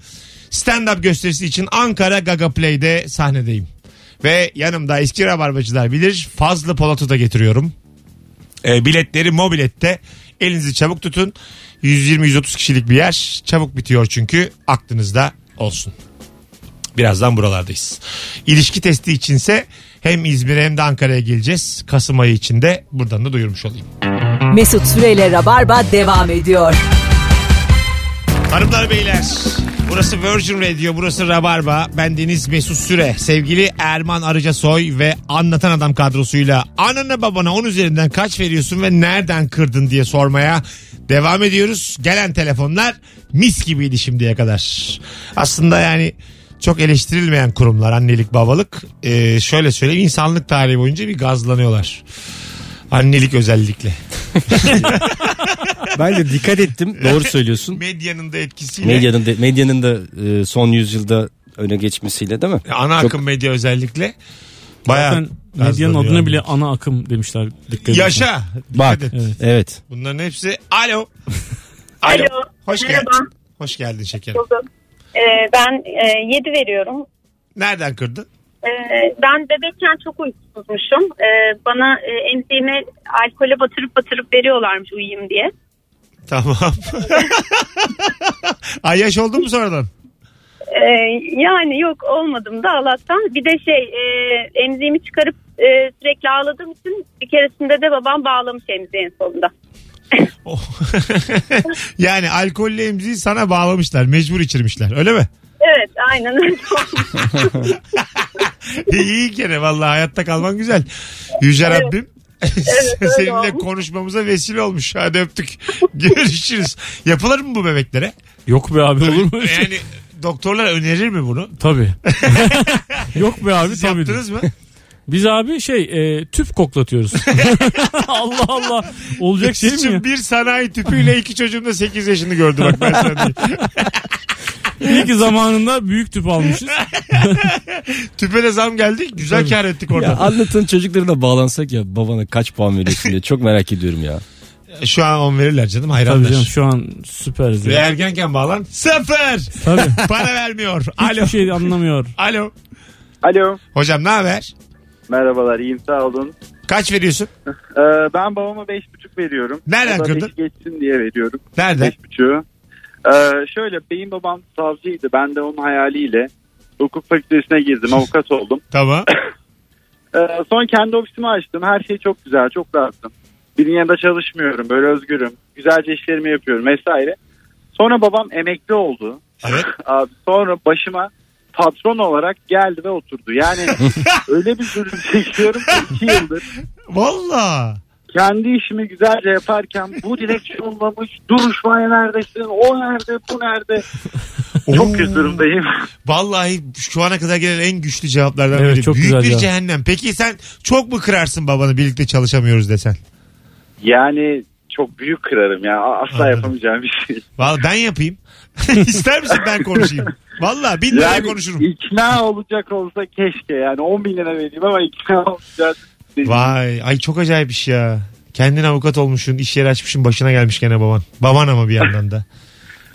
Speaker 2: stand-up gösterisi için Ankara Gaga Play'de sahnedeyim. Ve yanımda eski rabarbacılar bilir Fazlı Polat'ı da getiriyorum. E, biletleri mobilette. Elinizi çabuk tutun. 120-130 kişilik bir yer. Çabuk bitiyor çünkü aklınızda olsun. Birazdan buralardayız. İlişki testi içinse hem İzmir'e hem de Ankara'ya geleceğiz. Kasım ayı içinde buradan da duyurmuş olayım.
Speaker 1: Mesut Süreyle Rabarba devam ediyor.
Speaker 2: Hanımlar beyler burası Virgin Radio burası Rabarba ben Deniz Mesut Süre sevgili Erman Arıca Soy ve Anlatan Adam kadrosuyla anana babana 10 üzerinden kaç veriyorsun ve nereden kırdın diye sormaya devam ediyoruz. Gelen telefonlar mis gibiydi şimdiye kadar. Aslında yani çok eleştirilmeyen kurumlar annelik babalık Ee, şöyle söyleyeyim insanlık tarihi boyunca bir gazlanıyorlar. Annelik özellikle.
Speaker 4: Ben de dikkat ettim. Doğru söylüyorsun.
Speaker 2: Medyanın da etkisiyle.
Speaker 4: Medyanın da, medyanın da e, son yüzyılda öne geçmesiyle değil mi?
Speaker 2: E, Ana akım medya özellikle. Bayağı
Speaker 3: Zaten medyanın
Speaker 2: gazlanıyor.
Speaker 3: adına bile ana akım demişler. Dikkat edin.
Speaker 2: Yaşa.
Speaker 4: Bak
Speaker 2: Dikkat et.
Speaker 4: evet.
Speaker 2: Bunların hepsi. Alo.
Speaker 7: Alo.
Speaker 2: Hoş
Speaker 7: Merhaba.
Speaker 2: geldin. Hoş geldin şekerim.
Speaker 7: Ee, ben 7 veriyorum.
Speaker 2: Nereden kırdın?
Speaker 7: Ee, ben bebekken çok uykusuzmuşum. Ee, bana e, emziğimi alkole batırıp batırıp veriyorlarmış uyuyayım diye.
Speaker 2: Tamam. Ay yaş oldun mu sonradan?
Speaker 7: Ee, yani yok olmadım da Allah'tan. Bir de şey e, emziğimi çıkarıp e, sürekli ağladığım için bir keresinde de babam bağlamış emziği en sonunda.
Speaker 2: Oh. yani alkolle emziği sana bağlamışlar. Mecbur içirmişler. Öyle mi?
Speaker 7: Evet aynen öyle.
Speaker 2: İyi kere vallahi hayatta kalman güzel. Yüce Rabbim.
Speaker 7: öyle
Speaker 2: Seninle
Speaker 7: olmuş.
Speaker 2: konuşmamıza vesile olmuş. Hadi öptük. Görüşürüz. Yapılır mı bu bebeklere?
Speaker 3: Yok be abi olur mu? şey? Yani...
Speaker 2: Ee, Yani doktorlar önerir mi bunu?
Speaker 3: Tabii. Yok be abi
Speaker 2: Siz
Speaker 3: E, tabii.
Speaker 2: yaptınız mı?
Speaker 3: Biz abi şey e, tüp koklatıyoruz. Allah Allah. Olacak şey mi
Speaker 2: Şimdi
Speaker 3: ya?
Speaker 2: bir sanayi tüpüyle iki çocuğum da 8 yaşını gördü bak ben sana diyeyim.
Speaker 3: İyi ki zamanında büyük tüp almışız.
Speaker 2: Tüpe de zam geldi. Güzel
Speaker 3: Tabii.
Speaker 2: kar ettik
Speaker 4: Ya
Speaker 2: orada.
Speaker 4: anlatın çocuklarına bağlansak ya babana kaç puan veriyorsun diye çok merak ediyorum ya.
Speaker 2: Şu an 10 verirler canım
Speaker 3: Tabii
Speaker 2: hayranlar.
Speaker 3: canım şu an süperiz.
Speaker 2: Ve
Speaker 3: Ya.
Speaker 2: ergenken bağlan. Sıfır.
Speaker 3: Tabii.
Speaker 2: Para vermiyor. Alo.
Speaker 3: Hiçbir şey anlamıyor.
Speaker 2: Alo.
Speaker 9: Alo.
Speaker 2: Hocam ne haber?
Speaker 9: Merhabalar iyiyim sağ olun.
Speaker 2: Kaç veriyorsun?
Speaker 9: Ee, ben babama 5,5 veriyorum. O
Speaker 2: Nereden
Speaker 9: da beşi
Speaker 2: kırdın?
Speaker 9: geçsin diye veriyorum.
Speaker 2: Nerede?
Speaker 9: 5,5'ü. Ee, şöyle benim babam savcıydı. Ben de onun hayaliyle hukuk fakültesine girdim. Avukat oldum.
Speaker 2: Tamam.
Speaker 9: Ee, sonra kendi ofisimi açtım. Her şey çok güzel, çok rahatım. Birinin yanında çalışmıyorum, böyle özgürüm. Güzelce işlerimi yapıyorum vesaire. Sonra babam emekli oldu.
Speaker 2: Evet.
Speaker 9: Abi sonra başıma patron olarak geldi ve oturdu. Yani öyle bir zulüm çekiyorum ki iki yıldır.
Speaker 2: Valla.
Speaker 9: Kendi işimi güzelce yaparken bu direksiyonlamış, duruşmaya neredesin, o nerede, bu nerede.
Speaker 2: Oo.
Speaker 9: Çok kötü durumdayım.
Speaker 2: Vallahi şu ana kadar gelen en güçlü cevaplardan
Speaker 3: Evet,
Speaker 2: biri.
Speaker 3: çok
Speaker 2: Büyük
Speaker 3: güzel
Speaker 2: bir
Speaker 3: cevap.
Speaker 2: cehennem. Peki sen çok mu kırarsın babanı birlikte çalışamıyoruz desen?
Speaker 9: Yani çok büyük kırarım ya. Asla
Speaker 2: Anladım.
Speaker 9: yapamayacağım bir şey.
Speaker 2: Vallahi ben yapayım. İster misin ben konuşayım? Vallahi bin liraya konuşurum.
Speaker 9: ikna olacak olsa keşke yani 10 bin lira vereyim ama ikna olacak.
Speaker 2: Vay ay çok acayip iş ya. Kendin avukat olmuşsun, iş yeri açmışsın, başına gelmiş gene baban. Baban ama bir yandan da.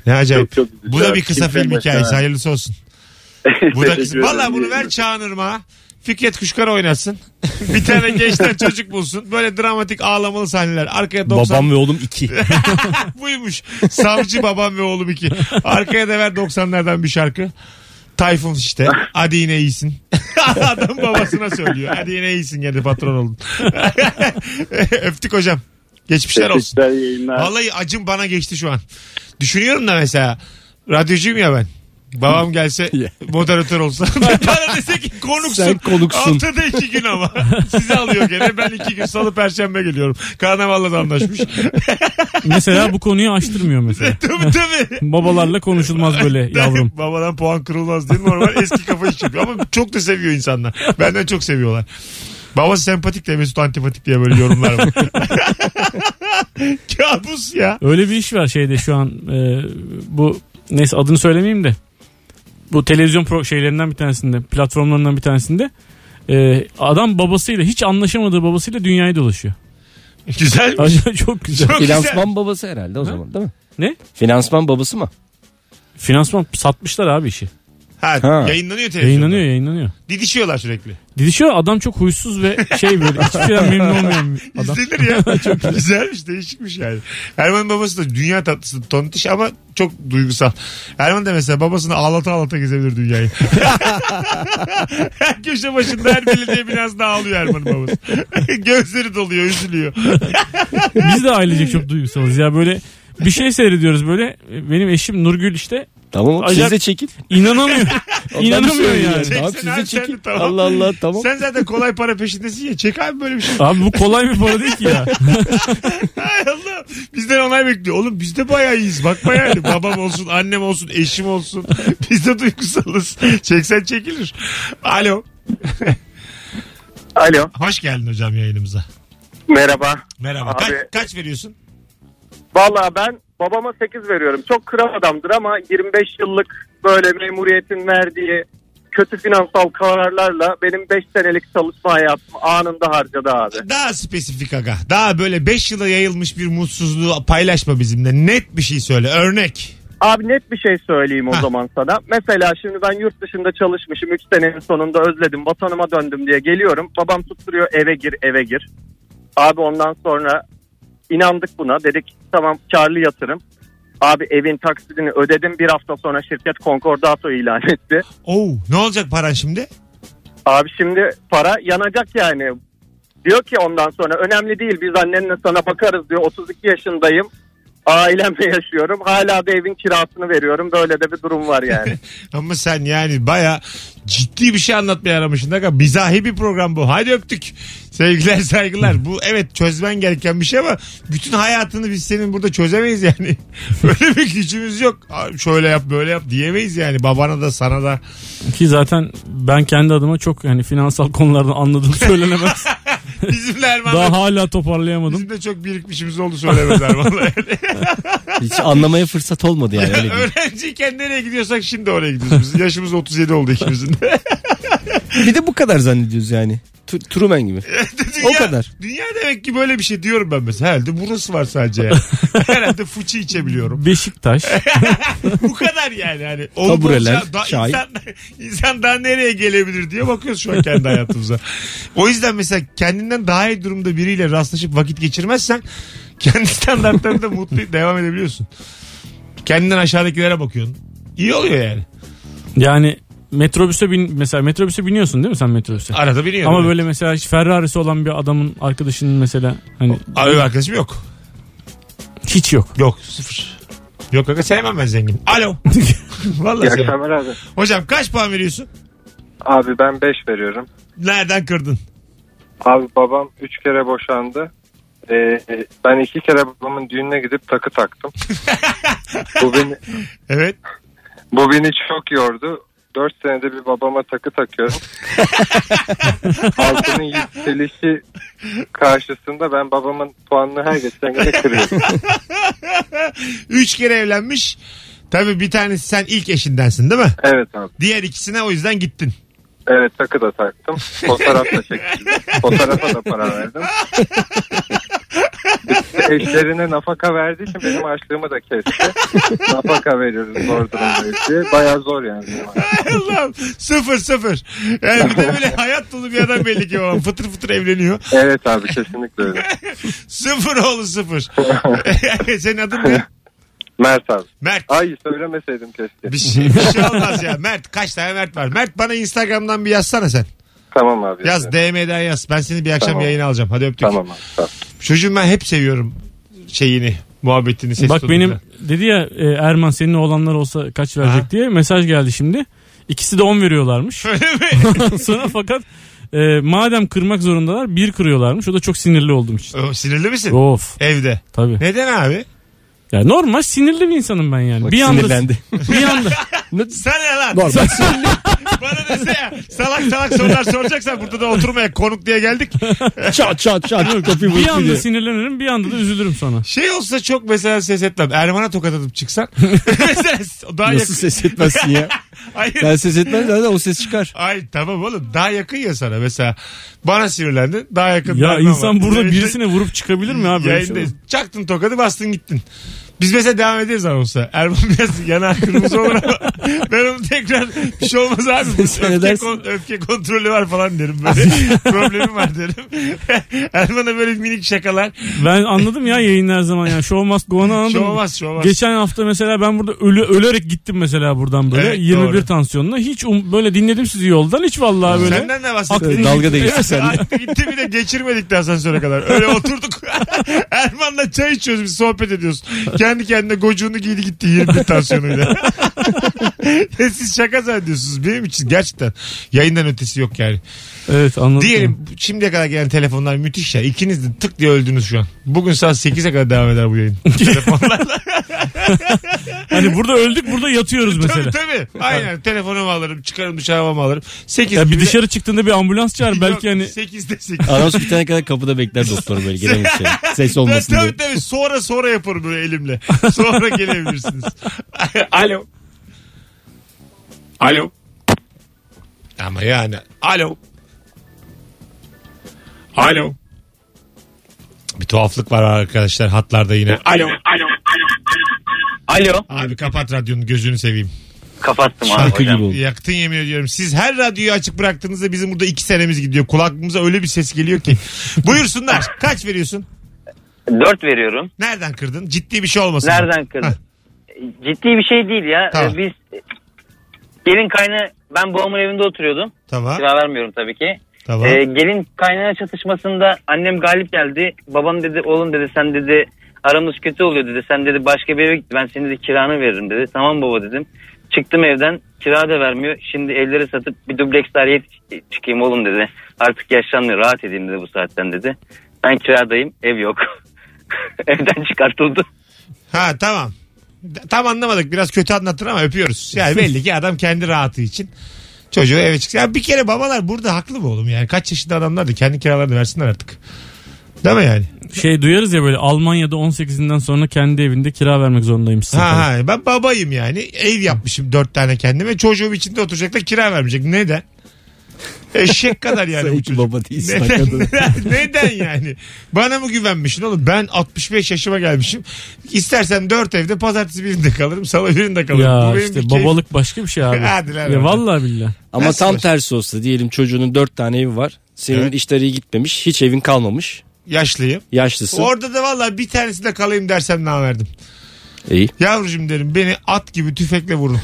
Speaker 2: Ne acayip.
Speaker 9: Çok- çok
Speaker 2: Bu da
Speaker 9: güzel.
Speaker 2: bir kısa
Speaker 9: Kimsenin
Speaker 2: film
Speaker 9: başına-
Speaker 2: hikayesi. Hayırlısı olsun. Bu da kısa.
Speaker 9: Teşekkür
Speaker 2: Valla
Speaker 9: ederim.
Speaker 2: bunu ver Çağan Irmak'a. Fikret Kuşkar oynasın. bir tane gençten çocuk bulsun. Böyle dramatik ağlamalı sahneler. Arkaya 90
Speaker 10: Babam ve oğlum iki.
Speaker 2: buymuş. Savcı babam ve oğlum iki. Arkaya da ver 90'lardan bir şarkı. Tayfun işte. Hadi yine iyisin. Adam babasına söylüyor. Hadi yine iyisin geldi patron oldun. Öptük hocam. Geçmişler olsun.
Speaker 9: Teşekkürler yayınlar.
Speaker 2: Vallahi acım bana geçti şu an. Düşünüyorum da mesela. Radyocuyum ya ben. Babam gelse moderatör olsa. Bana dese ki konuksun.
Speaker 4: Sen konuksun.
Speaker 2: Haftada iki gün ama. Sizi alıyor gene. Ben iki gün salı perşembe geliyorum. Karnavalla da anlaşmış.
Speaker 3: Mesela bu konuyu açtırmıyor mesela.
Speaker 2: tabii tabii.
Speaker 3: Babalarla konuşulmaz böyle yavrum.
Speaker 2: Babadan puan kırılmaz değil mi? Normal eski kafa iş yapıyor. Ama çok da seviyor insanlar. Benden çok seviyorlar. Babası sempatik de Mesut antipatik diye böyle yorumlar var. Kabus ya.
Speaker 3: Öyle bir iş var şeyde şu an e, bu neyse adını söylemeyeyim de bu televizyon pro şeylerinden bir tanesinde platformlarından bir tanesinde e, adam babasıyla hiç anlaşamadığı babasıyla dünyayı dolaşıyor.
Speaker 2: Güzel.
Speaker 3: Acayip çok güzel.
Speaker 2: Çok güzel.
Speaker 4: Finansman babası herhalde o zaman değil mi?
Speaker 3: Ne?
Speaker 4: Finansman babası mı?
Speaker 3: Finansman satmışlar abi işi.
Speaker 2: Ha,
Speaker 4: Ha.
Speaker 2: Yayınlanıyor televizyonda.
Speaker 3: Yayınlanıyor yayınlanıyor.
Speaker 2: Didişiyorlar sürekli.
Speaker 3: Didişiyor adam çok huysuz ve şey böyle hiçbir şeyden memnun olmayan bir adam.
Speaker 2: İzlenir ya. çok güzelmiş değişikmiş yani. Erman babası da dünya tatlısı tontiş ama çok duygusal. Erman da mesela babasını ağlata ağlata gezebilir dünyayı. her köşe başında her belediye binasında ağlıyor Erman'ın babası. Gözleri doluyor üzülüyor.
Speaker 3: Biz de ailecek çok duygusalız ya böyle bir şey seyrediyoruz böyle. Benim eşim Nurgül işte
Speaker 4: Tamam oğlum,
Speaker 3: Acayip-
Speaker 4: siz de çekin.
Speaker 3: inanamıyor.
Speaker 4: Ondan bir
Speaker 3: inanamıyor
Speaker 4: şey
Speaker 3: yani.
Speaker 4: yok Tamam,
Speaker 2: Çeksin
Speaker 4: siz de
Speaker 2: abi, sen de
Speaker 4: çekin.
Speaker 2: tamam.
Speaker 4: Allah Allah tamam.
Speaker 2: Sen zaten kolay para peşindesin ya. Çek abi böyle bir şey.
Speaker 3: Abi bu kolay bir para değil ki ya.
Speaker 2: Hay Allah. Bizden onay bekliyor. Oğlum biz de bayağı iyiyiz. Bakma yani. Babam olsun, annem olsun, eşim olsun. Biz de duygusalız. Çeksen çekilir. Alo.
Speaker 5: Alo.
Speaker 2: Hoş geldin hocam yayınımıza.
Speaker 5: Merhaba.
Speaker 2: Merhaba.
Speaker 5: Abi-
Speaker 2: Kaç, kaç veriyorsun?
Speaker 5: Valla ben babama 8 veriyorum. Çok kral adamdır ama 25 yıllık böyle memuriyetin verdiği kötü finansal kararlarla benim 5 senelik çalışma hayatımı anında harcadı abi.
Speaker 2: Daha spesifik aga. Daha böyle 5 yıla yayılmış bir mutsuzluğu paylaşma bizimle. Net bir şey söyle. Örnek.
Speaker 5: Abi net bir şey söyleyeyim o
Speaker 2: Hah.
Speaker 5: zaman sana. Mesela şimdi ben yurt dışında çalışmışım. 3 senenin sonunda özledim. Vatanıma döndüm diye geliyorum. Babam tutturuyor eve gir eve gir. Abi ondan sonra inandık buna. Dedik tamam karlı yatırım. Abi evin taksidini ödedim. Bir hafta sonra şirket konkordato ilan etti.
Speaker 2: Oo, ne olacak paran şimdi?
Speaker 5: Abi şimdi para yanacak yani. Diyor ki ondan sonra önemli değil biz annenle sana bakarız diyor. 32 yaşındayım. Ailemle yaşıyorum. Hala da evin kirasını veriyorum. Böyle de bir durum var yani.
Speaker 2: Ama sen yani baya ciddi bir şey anlatmaya aramışsın. Aga bizahi bir program bu. Hadi öptük. Sevgiler saygılar. Bu evet çözmen gereken bir şey ama bütün hayatını biz senin burada çözemeyiz yani. Böyle bir gücümüz yok. Abi Şöyle yap böyle yap diyemeyiz yani. Babana da sana da.
Speaker 3: Ki zaten ben kendi adıma çok yani finansal konulardan anladığım söylenemez.
Speaker 2: Bizimle
Speaker 3: Daha
Speaker 2: Erman'la
Speaker 3: hala toparlayamadım.
Speaker 2: Bizim de çok birikmişimiz oldu söylemezler vallahi.
Speaker 4: Hiç anlamaya fırsat olmadı yani. Öyle diyeyim.
Speaker 2: Öğrenciyken nereye gidiyorsak şimdi oraya gidiyoruz. Biz yaşımız 37 oldu ikimizin de.
Speaker 4: bir de bu kadar zannediyoruz yani. Tu- Truman gibi. O kadar.
Speaker 2: Dünya demek ki böyle bir şey diyorum ben mesela. Herhalde burası var sadece yani. Herhalde fıçı içebiliyorum.
Speaker 3: Beşiktaş.
Speaker 2: Bu kadar yani. Hani olup
Speaker 4: Tabureler,
Speaker 2: olacağı- da,
Speaker 4: çay.
Speaker 2: insan, insan daha nereye gelebilir diye bakıyoruz şu an kendi hayatımıza. O yüzden mesela kendinden daha iyi durumda biriyle rastlaşıp vakit geçirmezsen kendi standartlarında mutlu devam edebiliyorsun. Kendinden aşağıdakilere bakıyorsun. İyi oluyor yani.
Speaker 3: Yani metrobüse bin mesela metrobüse biniyorsun değil mi sen metrobüse?
Speaker 2: Arada biniyorum.
Speaker 3: Ama böyle mesela hiç Ferrari'si olan bir adamın arkadaşının mesela hani
Speaker 2: Abi arkadaşım yok.
Speaker 3: hiç yok.
Speaker 2: Yok sıfır. Yok kanka sevmem ben zengin. Alo. Vallahi
Speaker 6: İyi
Speaker 2: sevmem.
Speaker 6: akşamlar abi.
Speaker 2: Hocam kaç puan veriyorsun?
Speaker 6: Abi ben 5 veriyorum.
Speaker 2: Nereden kırdın?
Speaker 6: Abi babam 3 kere boşandı. Ee, ben iki kere babamın düğününe gidip takı taktım. bu beni
Speaker 2: Evet.
Speaker 6: bu beni çok yordu.
Speaker 11: 4 senede bir babama takı takıyorum. Altının yükselişi karşısında ben babamın puanını her geçen güne kırıyorum.
Speaker 2: Üç kere evlenmiş. Tabii bir tanesi sen ilk eşindensin değil mi?
Speaker 11: Evet abi.
Speaker 2: Diğer ikisine o yüzden gittin.
Speaker 11: Evet takı da taktım. Fotoğraf da çekildi. Fotoğrafa da para verdim. Eşlerine nafaka verdiği için benim harçlığımı da kesti. nafaka veriyoruz zor durumdayız diye. Baya zor yani.
Speaker 2: Allah'ım sıfır sıfır. Yani bir de böyle hayat dolu bir adam belli ki o. Fıtır fıtır evleniyor.
Speaker 11: Evet abi kesinlikle öyle.
Speaker 2: Sıfır oğlu sıfır. Senin adın ne?
Speaker 11: Mert abi.
Speaker 2: Mert.
Speaker 11: Ay söylemeseydim keşke.
Speaker 2: Bir şey, bir şey olmaz ya. Mert kaç tane Mert var? Mert bana Instagram'dan bir yazsana sen.
Speaker 11: Tamam abi.
Speaker 2: Yaz DM'den yaz. Ben seni bir akşam
Speaker 11: Tamam.
Speaker 2: yayına alacağım. Hadi öptük.
Speaker 11: Tamam abi. Tamam.
Speaker 2: Çocuğum ben hep seviyorum şeyini, muhabbetini, ses
Speaker 3: Bak
Speaker 2: tonunu
Speaker 3: benim
Speaker 2: da.
Speaker 3: dedi ya e, Erman senin oğlanlar olsa kaç verecek
Speaker 2: Aha.
Speaker 3: diye mesaj geldi şimdi. İkisi de 10 veriyorlarmış.
Speaker 2: Öyle mi?
Speaker 3: Sonra fakat e, madem kırmak zorundalar bir kırıyorlarmış. O da çok sinirli oldum işte.
Speaker 2: O, Sinirli misin?
Speaker 3: Of
Speaker 2: Evde.
Speaker 3: tabii.
Speaker 2: Neden abi?
Speaker 3: Ya normal sinirli bir insanım ben yani.
Speaker 4: Bak,
Speaker 3: bir anda
Speaker 4: sinirlendi.
Speaker 3: bir anda
Speaker 2: Sen ne lan?
Speaker 4: Normal.
Speaker 2: Bana dese ya. Salak salak sorular soracaksan burada da oturmaya konuk diye geldik.
Speaker 4: çat çat çat. Kapıyı
Speaker 3: bir anda
Speaker 4: vurdu.
Speaker 3: sinirlenirim bir anda da üzülürüm sonra.
Speaker 2: Şey olsa çok mesela ses etmem. Erman'a tokat atıp çıksan. mesela daha
Speaker 4: Nasıl
Speaker 2: yakın.
Speaker 4: ses etmezsin ya?
Speaker 2: Hayır.
Speaker 4: Ben ses etmem zaten o ses çıkar.
Speaker 2: Ay tamam oğlum daha yakın ya sana mesela. Bana sinirlendin daha yakın. Şey-
Speaker 3: Ya
Speaker 2: davranma.
Speaker 3: insan burada
Speaker 2: Yayında-
Speaker 3: birisine vurup çıkabilir mi abi? Böyle bir şey
Speaker 2: Yayında çaktın tokadı bastın gittin. Biz mesela devam ederiz ama olsa. Erman biraz yana kırmızı olur ama ben onu tekrar bir şey olmaz abi.
Speaker 4: Sen
Speaker 2: öfke,
Speaker 4: edersin.
Speaker 2: kon- öfke kontrolü var falan derim böyle. Problemim var derim. Erman'a böyle minik şakalar.
Speaker 3: Ben anladım ya yayın her zaman ya. Show must go on'u anladım.
Speaker 2: Şu olmaz şu olmaz.
Speaker 3: Geçen hafta mesela ben burada ölü, ölerek gittim mesela buradan böyle
Speaker 2: Evet,
Speaker 3: 21
Speaker 2: doğru.
Speaker 3: tansiyonla. Hiç um- böyle dinledim sizi yoldan hiç vallahi böyle.
Speaker 2: Senden ne bahsediyorsun?
Speaker 3: Aklım-
Speaker 4: Dalga değilsin
Speaker 2: Evet,
Speaker 4: sen.
Speaker 2: aklı gitti bir de geçirmedik de asansöre kadar. Öyle oturduk. Erman'la çay içiyoruz biz sohbet ediyoruz. Kendi kendine gocuğunu giydi gitti 20 tansiyonuyla. E Siz şaka zannediyorsunuz benim için gerçekten. Yayından ötesi yok yani.
Speaker 3: Evet anladım.
Speaker 2: Diyelim şimdiye kadar gelen telefonlar müthiş ya. İkiniz de tık diye öldünüz şu an. Bugün saat 8'e kadar devam eder bu yayın. Telefonlarla.
Speaker 3: Hani burada öldük burada yatıyoruz mesela.
Speaker 2: tabii tabii. Aynen telefonumu alırım çıkarım dışarı havamı alırım. 8
Speaker 3: Ya bir dışarı çıktığında bir ambulans çağır belki hani
Speaker 2: 8'de 8.
Speaker 4: Anons bitene kadar kapıda bekler doktor böyle giremez içeri. Ses olmasın
Speaker 2: Ben
Speaker 4: diye.
Speaker 2: tabii tabii sonra sonra yaparım böyle elimle. Sonra gelebilirsiniz. Alo. Alo. Ama yani. Alo. Alo. Bir tuhaflık var arkadaşlar hatlarda yine. Alo.
Speaker 12: Alo.
Speaker 2: Abi kapat radyonun gözünü seveyim.
Speaker 12: Kapattım
Speaker 4: Şarkı gibi oldu.
Speaker 2: Yaktın yemin ediyorum. Siz her radyoyu açık bıraktığınızda bizim burada iki senemiz gidiyor. Kulağımıza öyle bir ses geliyor ki. Buyursunlar. Kaç veriyorsun?
Speaker 12: 4 veriyorum.
Speaker 2: Nereden kırdın? Ciddi bir şey olmasın.
Speaker 12: Nereden kırdın?
Speaker 2: Heh.
Speaker 12: Ciddi bir şey değil ya.
Speaker 2: Tamam.
Speaker 12: Ee, Biz gelin kaynağı ben babamın evinde oturuyordum.
Speaker 2: Tamam.
Speaker 12: Kira vermiyorum tabii ki.
Speaker 2: Tamam.
Speaker 12: Ee, gelin kaynağı çatışmasında annem galip geldi. Babam dedi oğlum dedi sen dedi aramız kötü oluyor dedi. Sen dedi başka bir eve git ben senin de kiranı veririm dedi. Tamam baba dedim. Çıktım evden kira da vermiyor. Şimdi evleri satıp bir dubleks daireye ç- çıkayım oğlum dedi. Artık yaşlanmıyor rahat edeyim dedi bu saatten dedi. Ben kiradayım ev yok. Evden çıkartıldı.
Speaker 2: Ha tamam. D- Tam anlamadık. Biraz kötü anlatır ama öpüyoruz. Yani belli ki adam kendi rahatı için çocuğu eve çıksın. Ya bir kere babalar burada haklı mı oğlum yani? Kaç yaşında adamlar da kendi kiralarını versinler artık. Değil mi yani?
Speaker 3: şey duyarız ya böyle Almanya'da 18'inden sonra kendi evinde kira vermek zorundaymışsın.
Speaker 2: Ha
Speaker 3: falan.
Speaker 2: ha ben babayım yani. Ev yapmışım dört tane kendime. Çocuğum içinde oturacak da kira vermeyecek. Neden? Eşek kadar yani
Speaker 4: Sen
Speaker 2: bu
Speaker 4: hiç
Speaker 2: çocuk.
Speaker 4: baba değilsin
Speaker 2: Neden,
Speaker 4: hakikaten.
Speaker 2: neden, neden yani? Bana mı güvenmişsin oğlum? Ben 65 yaşıma gelmişim. İstersen dört evde pazartesi birinde kalırım, salı birinde kalırım.
Speaker 3: Ya
Speaker 2: Bu benim bir
Speaker 3: işte
Speaker 2: keyfim.
Speaker 3: babalık başka bir şey abi.
Speaker 2: Hadi lan
Speaker 3: ya
Speaker 2: oradan.
Speaker 3: vallahi billahi.
Speaker 4: Ama
Speaker 2: Nasıl
Speaker 4: tam
Speaker 2: var?
Speaker 4: tersi olsa diyelim çocuğunun dört tane evi var. Senin
Speaker 2: Evet.
Speaker 4: işleri iyi gitmemiş. Hiç evin kalmamış.
Speaker 2: Yaşlıyım.
Speaker 4: Yaşlısın.
Speaker 2: Orada da valla bir tanesinde kalayım dersem namerdim.
Speaker 4: İyi.
Speaker 2: Yavrucuğum derim beni at gibi tüfekle vurun.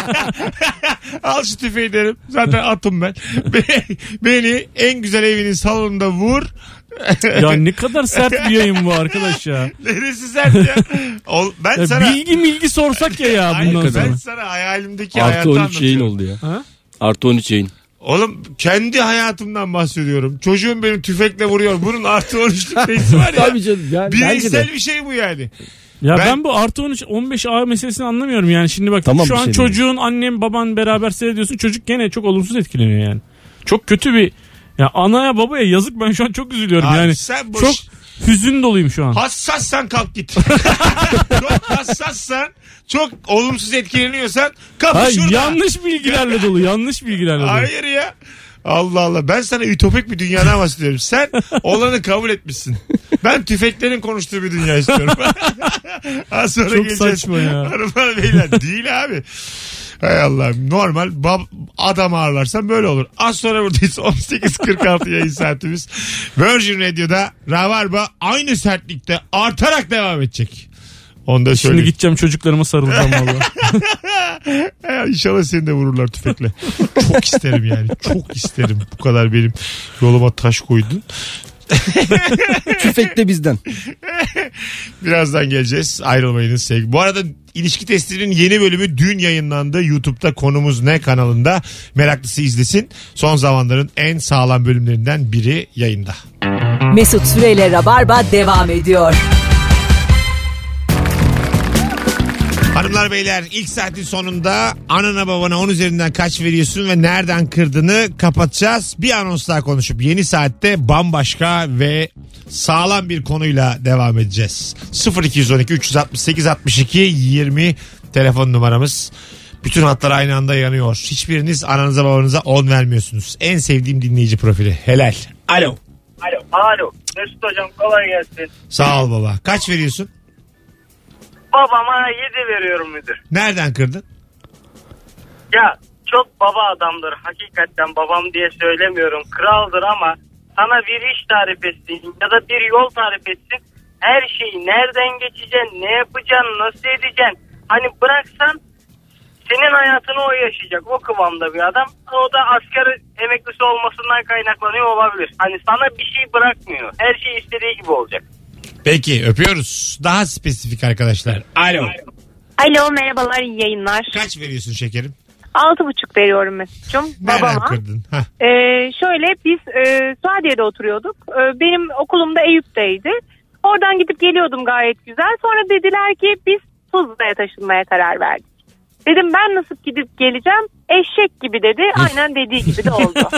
Speaker 2: Al şu tüfeği derim. Zaten atım ben. Beni, beni en güzel evinin salonunda vur.
Speaker 3: Ya ne kadar sert bir yayın bu arkadaş ya.
Speaker 2: Neresi sert ya? Ol- ben
Speaker 3: ya
Speaker 2: sana...
Speaker 3: Bilgi milgi sorsak ya ya
Speaker 2: Hayır,
Speaker 3: bundan
Speaker 2: ben
Speaker 3: sonra.
Speaker 2: sana hayalimdeki hayatı
Speaker 4: Artı 13
Speaker 2: anlatıyorum.
Speaker 4: yayın oldu ya.
Speaker 3: Ha?
Speaker 4: Artı 13 yayın.
Speaker 2: Oğlum kendi hayatımdan bahsediyorum. Çocuğum benim tüfekle vuruyor. Bunun artı 13 tüfeği var ya.
Speaker 4: canım. Yani,
Speaker 2: Bireysel bir şey bu yani.
Speaker 3: Ya ben,
Speaker 2: Ben-
Speaker 3: bu artı 13 15 A meselesini anlamıyorum yani. Şimdi bak
Speaker 4: Tamam,
Speaker 3: şu
Speaker 4: bir
Speaker 3: an
Speaker 4: şey demiyorum.
Speaker 3: çocuğun annem baban beraber seyrediyorsun. Çocuk gene çok olumsuz etkileniyor yani. Çok kötü bir ya anaya babaya yazık ben şu an çok üzülüyorum
Speaker 2: Abi
Speaker 3: yani.
Speaker 2: sen bu
Speaker 3: çok
Speaker 2: iş-
Speaker 3: hüzün doluyum şu an.
Speaker 2: Hassassan kalk git. çok hassassan, çok olumsuz etkileniyorsan kapı
Speaker 3: Hayır,
Speaker 2: şurada.
Speaker 3: yanlış bilgilerle dolu. Yanlış bilgilerle dolu.
Speaker 2: Hayır ya. Allah Allah. Ben sana ütopik bir dünyadan bahsediyorum. Sen olanı kabul etmişsin. Ben tüfeklerin konuştuğu bir dünya istiyorum. Az sonra
Speaker 3: Çok
Speaker 2: geleceğiz.
Speaker 3: saçma ya.
Speaker 2: Hanımlar, beyler değil abi. Hay Allah. Normal bab- adam ağırlarsan böyle olur. Az sonra buradayız. 18.46 yayın saatimiz. Virgin Radio'da Ravarba aynı sertlikte artarak devam edecek. Onu da
Speaker 3: Şimdi
Speaker 2: söyleyeyim.
Speaker 3: gideceğim çocuklarıma sarılacağım valla.
Speaker 2: Ya İnşallah seni de vururlar tüfekle. Çok isterim yani. Çok isterim. Bu kadar benim yoluma taş koydun.
Speaker 4: Tüfek de bizden.
Speaker 2: Birazdan geleceğiz. Ayrılmayınız sevgili. Bu arada ilişki testinin yeni bölümü dün yayınlandı. YouTube'da konumuz ne kanalında meraklısı izlesin. Son zamanların en sağlam bölümlerinden biri yayında.
Speaker 1: Mesut Süreyle Rabarba devam ediyor.
Speaker 2: Hanımlar beyler ilk saatin sonunda anana babana 10 üzerinden kaç veriyorsun ve nereden kırdığını kapatacağız. Bir anons daha konuşup yeni saatte bambaşka ve sağlam bir konuyla devam edeceğiz. 0212 368 62 20 telefon numaramız. Bütün hatlar aynı anda yanıyor. Hiçbiriniz ananıza babanıza 10 vermiyorsunuz. En sevdiğim dinleyici profili. Helal. Alo.
Speaker 9: Alo. Alo. Mesut hocam kolay gelsin.
Speaker 2: Sağ ol baba. Kaç veriyorsun?
Speaker 9: Babama 7 veriyorum müdür.
Speaker 2: Nereden kırdın?
Speaker 9: Ya çok baba adamdır. Hakikaten babam diye söylemiyorum. Kraldır ama sana bir iş tarif etsin ya da bir yol tarif etsin. Her şeyi nereden geçeceksin, ne yapacaksın, nasıl edeceksin. Hani bıraksan senin hayatını o yaşayacak. O kıvamda bir adam. O da asker emeklisi olmasından kaynaklanıyor olabilir. Hani sana bir şey bırakmıyor. Her şey istediği gibi olacak.
Speaker 2: Peki öpüyoruz. Daha spesifik arkadaşlar. Alo.
Speaker 10: Alo merhabalar iyi yayınlar.
Speaker 2: Kaç veriyorsun şekerim?
Speaker 10: Altı buçuk veriyorum Mesut'cum
Speaker 2: Nereden
Speaker 10: babama.
Speaker 2: kırdın? Hah.
Speaker 10: Ee, şöyle biz e, Suadiye'de oturuyorduk. Ee, benim okulum da Eyüp'teydi. Oradan gidip geliyordum gayet güzel. Sonra dediler ki biz Tuzla'ya taşınmaya karar verdik. Dedim ben nasıl gidip geleceğim? Eşek gibi dedi. Aynen dediği gibi de oldu.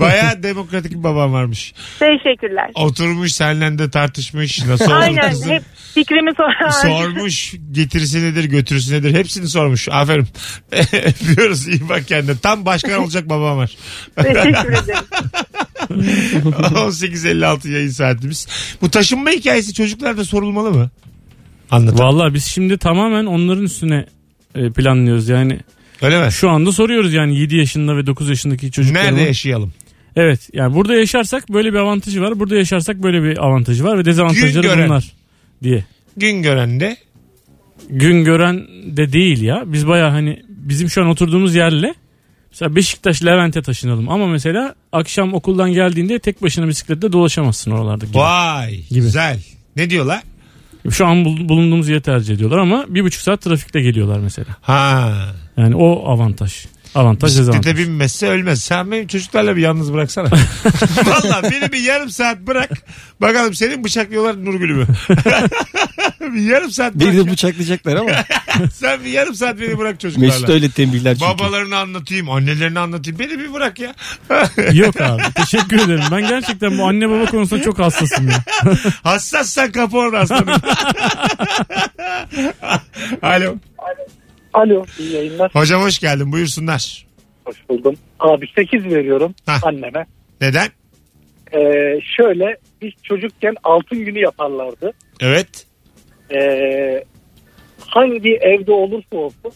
Speaker 2: Bayağı demokratik bir babam varmış.
Speaker 10: Teşekkürler.
Speaker 2: Oturmuş seninle de tartışmış. Nasıl olur
Speaker 10: Aynen
Speaker 2: kızım?
Speaker 10: hep fikrimi soran.
Speaker 2: Sormuş getirisi nedir götürüsü nedir hepsini sormuş. Aferin. Öpüyoruz iyi bak kendine. Tam başkan olacak babam var.
Speaker 10: Teşekkür ederim.
Speaker 2: 18.56 yayın saatimiz. Bu taşınma hikayesi çocuklarda sorulmalı mı? Anlatan.
Speaker 3: valla biz şimdi tamamen onların üstüne e, planlıyoruz yani.
Speaker 2: Öyle mi?
Speaker 3: Şu anda soruyoruz yani 7 yaşında ve 9 yaşındaki çocuklarıma.
Speaker 2: Nerede yaşayalım?
Speaker 3: Evet yani burada yaşarsak böyle bir avantajı var. Burada yaşarsak böyle bir avantajı var ve dezavantajları
Speaker 2: Gün gören.
Speaker 3: bunlar diye.
Speaker 2: Gün görende.
Speaker 3: Gün gören de değil ya. Biz baya hani bizim şu an oturduğumuz yerle mesela Beşiktaş Levent'e taşınalım. Ama mesela akşam okuldan geldiğinde tek başına bisikletle dolaşamazsın oralarda. gibi.
Speaker 2: Vay güzel. Ne diyorlar?
Speaker 3: Şu an bul- bulunduğumuz yeri tercih ediyorlar ama bir buçuk saat trafikte geliyorlar mesela.
Speaker 2: Ha.
Speaker 3: Yani o avantaj. Avantaj dezavantaj.
Speaker 2: Bisiklete binmezse ölmez. Sen benim çocuklarla bir yalnız bıraksana. Valla beni bir yarım saat bırak. Bakalım senin bıçaklıyorlar Nurgül'ü mü? bir yarım saat bırak.
Speaker 4: Beni de
Speaker 2: ya.
Speaker 4: bıçaklayacaklar ama
Speaker 2: Sen bir yarım saat beni bırak
Speaker 4: Mesut
Speaker 2: çocuklarla.
Speaker 4: öyle tembihler çünkü.
Speaker 2: Babalarını anlatayım, annelerini anlatayım. Beni bir bırak ya.
Speaker 3: Yok abi teşekkür ederim. Ben gerçekten bu anne baba konusunda çok hassasım ya.
Speaker 2: Hassassan kapı orada aslanım. Alo.
Speaker 8: Alo iyi yayınlar.
Speaker 2: Hocam hoş geldin. Buyursunlar.
Speaker 8: Hoş buldum. Abi 8 veriyorum
Speaker 2: Hah.
Speaker 8: anneme.
Speaker 2: Neden?
Speaker 8: Ee, şöyle biz çocukken altın günü yaparlardı.
Speaker 2: Evet.
Speaker 8: Ee, hangi evde olursa olsun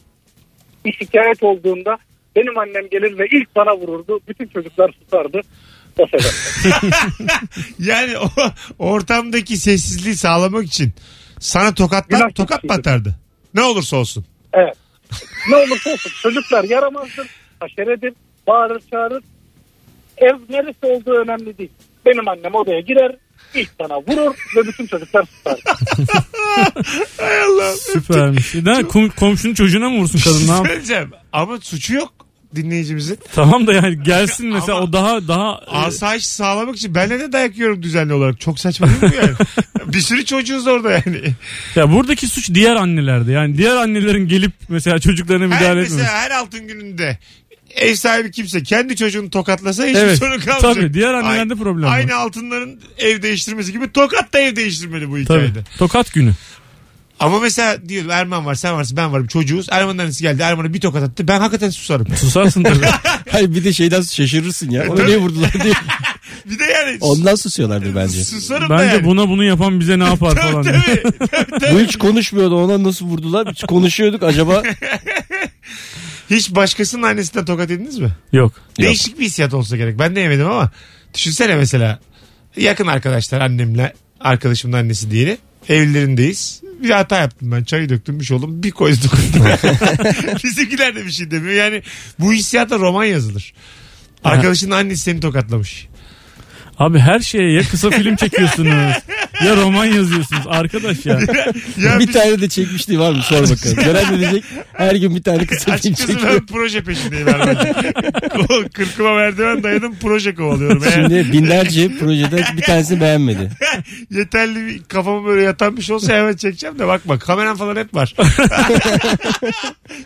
Speaker 8: bir şikayet olduğunda benim annem gelir ve ilk bana vururdu. Bütün çocuklar susardı. O sebep.
Speaker 2: Yani o ortamdaki sessizliği sağlamak için sana tokatlar,
Speaker 8: Günah
Speaker 2: tokat mı
Speaker 8: keçiydi.
Speaker 2: atardı? Ne olursa olsun.
Speaker 8: evet. Ne olursa olsun çocuklar yaramazdır, haşeredir, bağırır çağırır. Ev neresi olduğu önemli değil. Benim annem odaya girer, ilk bana vurur ve bütün çocuklar susar.
Speaker 2: Hay Allah.
Speaker 3: Süpermiş. Ne, kom- komşunun çocuğuna mı vursun kadın ne yap-
Speaker 2: Söyleyeceğim. Ama suçu yok. dinleyicimizin.
Speaker 3: Tamam da yani gelsin mesela
Speaker 2: Ama-
Speaker 3: o daha daha
Speaker 2: Asayiş sağlamak için ben de dayak yiyorum düzenli olarak. Çok saçma değil mi yani? bir sürü çocuğuz orada yani.
Speaker 3: ya buradaki suç diğer annelerde. Yani diğer annelerin gelip mesela çocuklarına
Speaker 2: Her,
Speaker 3: müdahale
Speaker 2: mesela
Speaker 3: etmemesi.
Speaker 2: her altın gününde ev sahibi kimse kendi çocuğunu tokatlasa hiçbir
Speaker 3: Evet.
Speaker 2: sorun kalmayacak.
Speaker 3: Tabii, diğer annelerde
Speaker 2: Aynı-
Speaker 3: problem var.
Speaker 2: Aynı altınların ev değiştirmesi gibi tokat da ev değiştirmeli bu
Speaker 3: Tabii.
Speaker 2: hikayede.
Speaker 3: Tokat günü.
Speaker 2: Ama mesela diyelim Erman var sen varsın ben varım çocuğuz. Erman'ın annesi geldi Erman'a bir tokat attı ben hakikaten susarım.
Speaker 3: Susarsın tabii.
Speaker 4: Hayır bir de şeyden şaşırırsın ya. Ona
Speaker 2: E, Tabii.
Speaker 4: niye vurdular diye.
Speaker 2: bir de yani
Speaker 4: Ondan susuyorlardır bence.
Speaker 2: susarım da
Speaker 3: Bence
Speaker 2: yani.
Speaker 3: buna bunu yapan bize ne yapar falan. diye.
Speaker 4: Bu hiç konuşmuyordu ona nasıl vurdular. Hiç konuşuyorduk acaba.
Speaker 2: Hiç başkasının annesinden tokat yediniz mi?
Speaker 3: Yok.
Speaker 2: Değişik bir hissiyat olsa gerek. Ben de yemedim ama düşünsene mesela yakın arkadaşlar annemle arkadaşımın annesi diğeri evlerindeyiz. Bir hata yaptım ben. Çayı döktüm bir şey oldu. Bir koyduk. Bizimkiler de bir şey demiyor. Yani bu hissiyata roman yazılır. Arkadaşının annesi seni tokatlamış.
Speaker 3: Abi her şeye ya kısa film çekiyorsunuz ya roman yazıyorsunuz arkadaş ya.
Speaker 2: Ya
Speaker 4: bir tane de çekmişti var mı sor bakalım. Ceren de diyecek her gün bir tane kısa film
Speaker 2: Açıkçası
Speaker 4: çekiyor.
Speaker 2: ben proje peşindeyim herhalde. Ko- Kırkıma merdiven dayadım proje kovalıyorum. Eğer
Speaker 4: Şimdi binlerce projede bir tanesi beğenmedi.
Speaker 2: yeterli bir kafamı böyle yatan bir şey olsa hemen çekeceğim de bakma kameram falan hep var.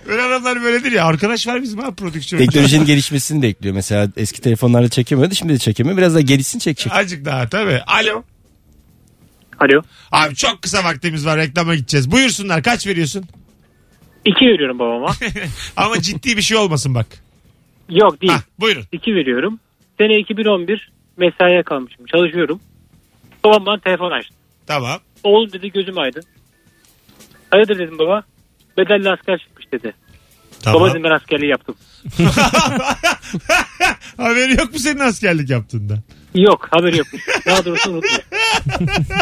Speaker 2: Öyle adamlar böyledir ya. Arkadaş var bizim ha prodüksiyon.
Speaker 4: Teknolojinin gelişmesini de ekliyor. Mesela eski telefonlarda çekemiyordu şimdi de çekemiyor. Biraz daha gelişsin çekecek.
Speaker 2: Azıcık daha tabii. Alo.
Speaker 8: Alo.
Speaker 2: Abi çok kısa vaktimiz var reklama gideceğiz. Buyursunlar kaç veriyorsun?
Speaker 8: İki veriyorum babama.
Speaker 2: Ama ciddi bir şey olmasın bak.
Speaker 8: Yok değil.
Speaker 2: Hah, buyurun.
Speaker 8: İki veriyorum. Sene 2011 mesaiye kalmışım. Çalışıyorum. Babam bana telefon açtı.
Speaker 2: Tamam.
Speaker 8: Oğlum dedi gözüm aydın. Hayırdır dedim baba. Bedelli asker çıkmış dedi.
Speaker 2: Tamam.
Speaker 8: Baba dedim ben askerliği yaptım.
Speaker 2: Haberi yok mu senin askerlik yaptığında?
Speaker 8: Yok haberi yok. Daha doğrusu unuttum.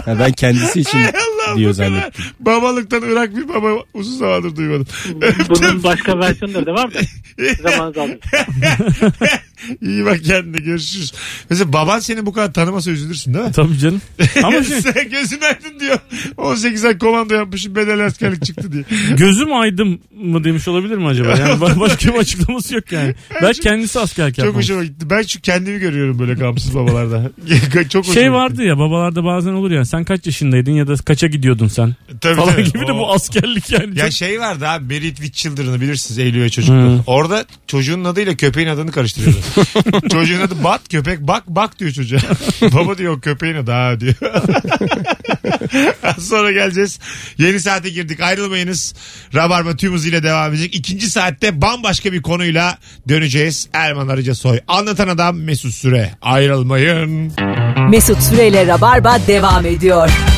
Speaker 4: Ha, ben kendisi için
Speaker 2: Hay Allah
Speaker 4: diyor
Speaker 2: bu kadar.
Speaker 4: zannettim.
Speaker 2: Babalıktan Irak bir baba uzun zamandır duymadım. Öptüm.
Speaker 8: Bunun başka versiyonları da var mı? Zamanınız aldım.
Speaker 2: İyi bak kendine görüşürüz. Mesela baban seni bu kadar tanımasa üzülürsün değil mi?
Speaker 3: Tabii canım. Ama şey
Speaker 2: Sen gözün aydın diyor. 18 ay komando yapmışım bedel askerlik çıktı diye.
Speaker 3: gözüm aydın mı demiş olabilir mi acaba? Yani ba- başka bir açıklaması yok yani. Belki kendisi askerlik
Speaker 2: Çok
Speaker 3: yapmamış.
Speaker 2: hoşuma gitti. Ben şu kendimi görüyorum böyle gamsız babalarda. Çok hoşuma
Speaker 3: Şey vardı ya babalarda bazen olur ya sen kaç yaşındaydın ya da kaça gidiyordun sen
Speaker 2: gitti. Tabii,
Speaker 3: falan
Speaker 2: tabii.
Speaker 3: gibi de bu
Speaker 2: O-
Speaker 3: askerlik yani.
Speaker 2: Ya
Speaker 3: Çok- Hmm.
Speaker 2: şey vardı abi Married with Children'ı bilirsiniz Eylül ve çocuklar. Orada çocuğun adıyla köpeğin adını karıştırıyorlar. çocuğun adı Bat köpek bak bak diyor çocuğa. Baba diyor "O köpeğin adı ha diyor. Az sonra geleceğiz. Yeni saate girdik ayrılmayınız. Rabarba tüm hızıyla devam edecek. İkinci saatte bambaşka bir konuyla döneceğiz. Erman Arıca Soy. Anlatan adam Mesut Süre. Ayrılmayın.
Speaker 1: Mesut Süreyle Rabarba devam ediyor.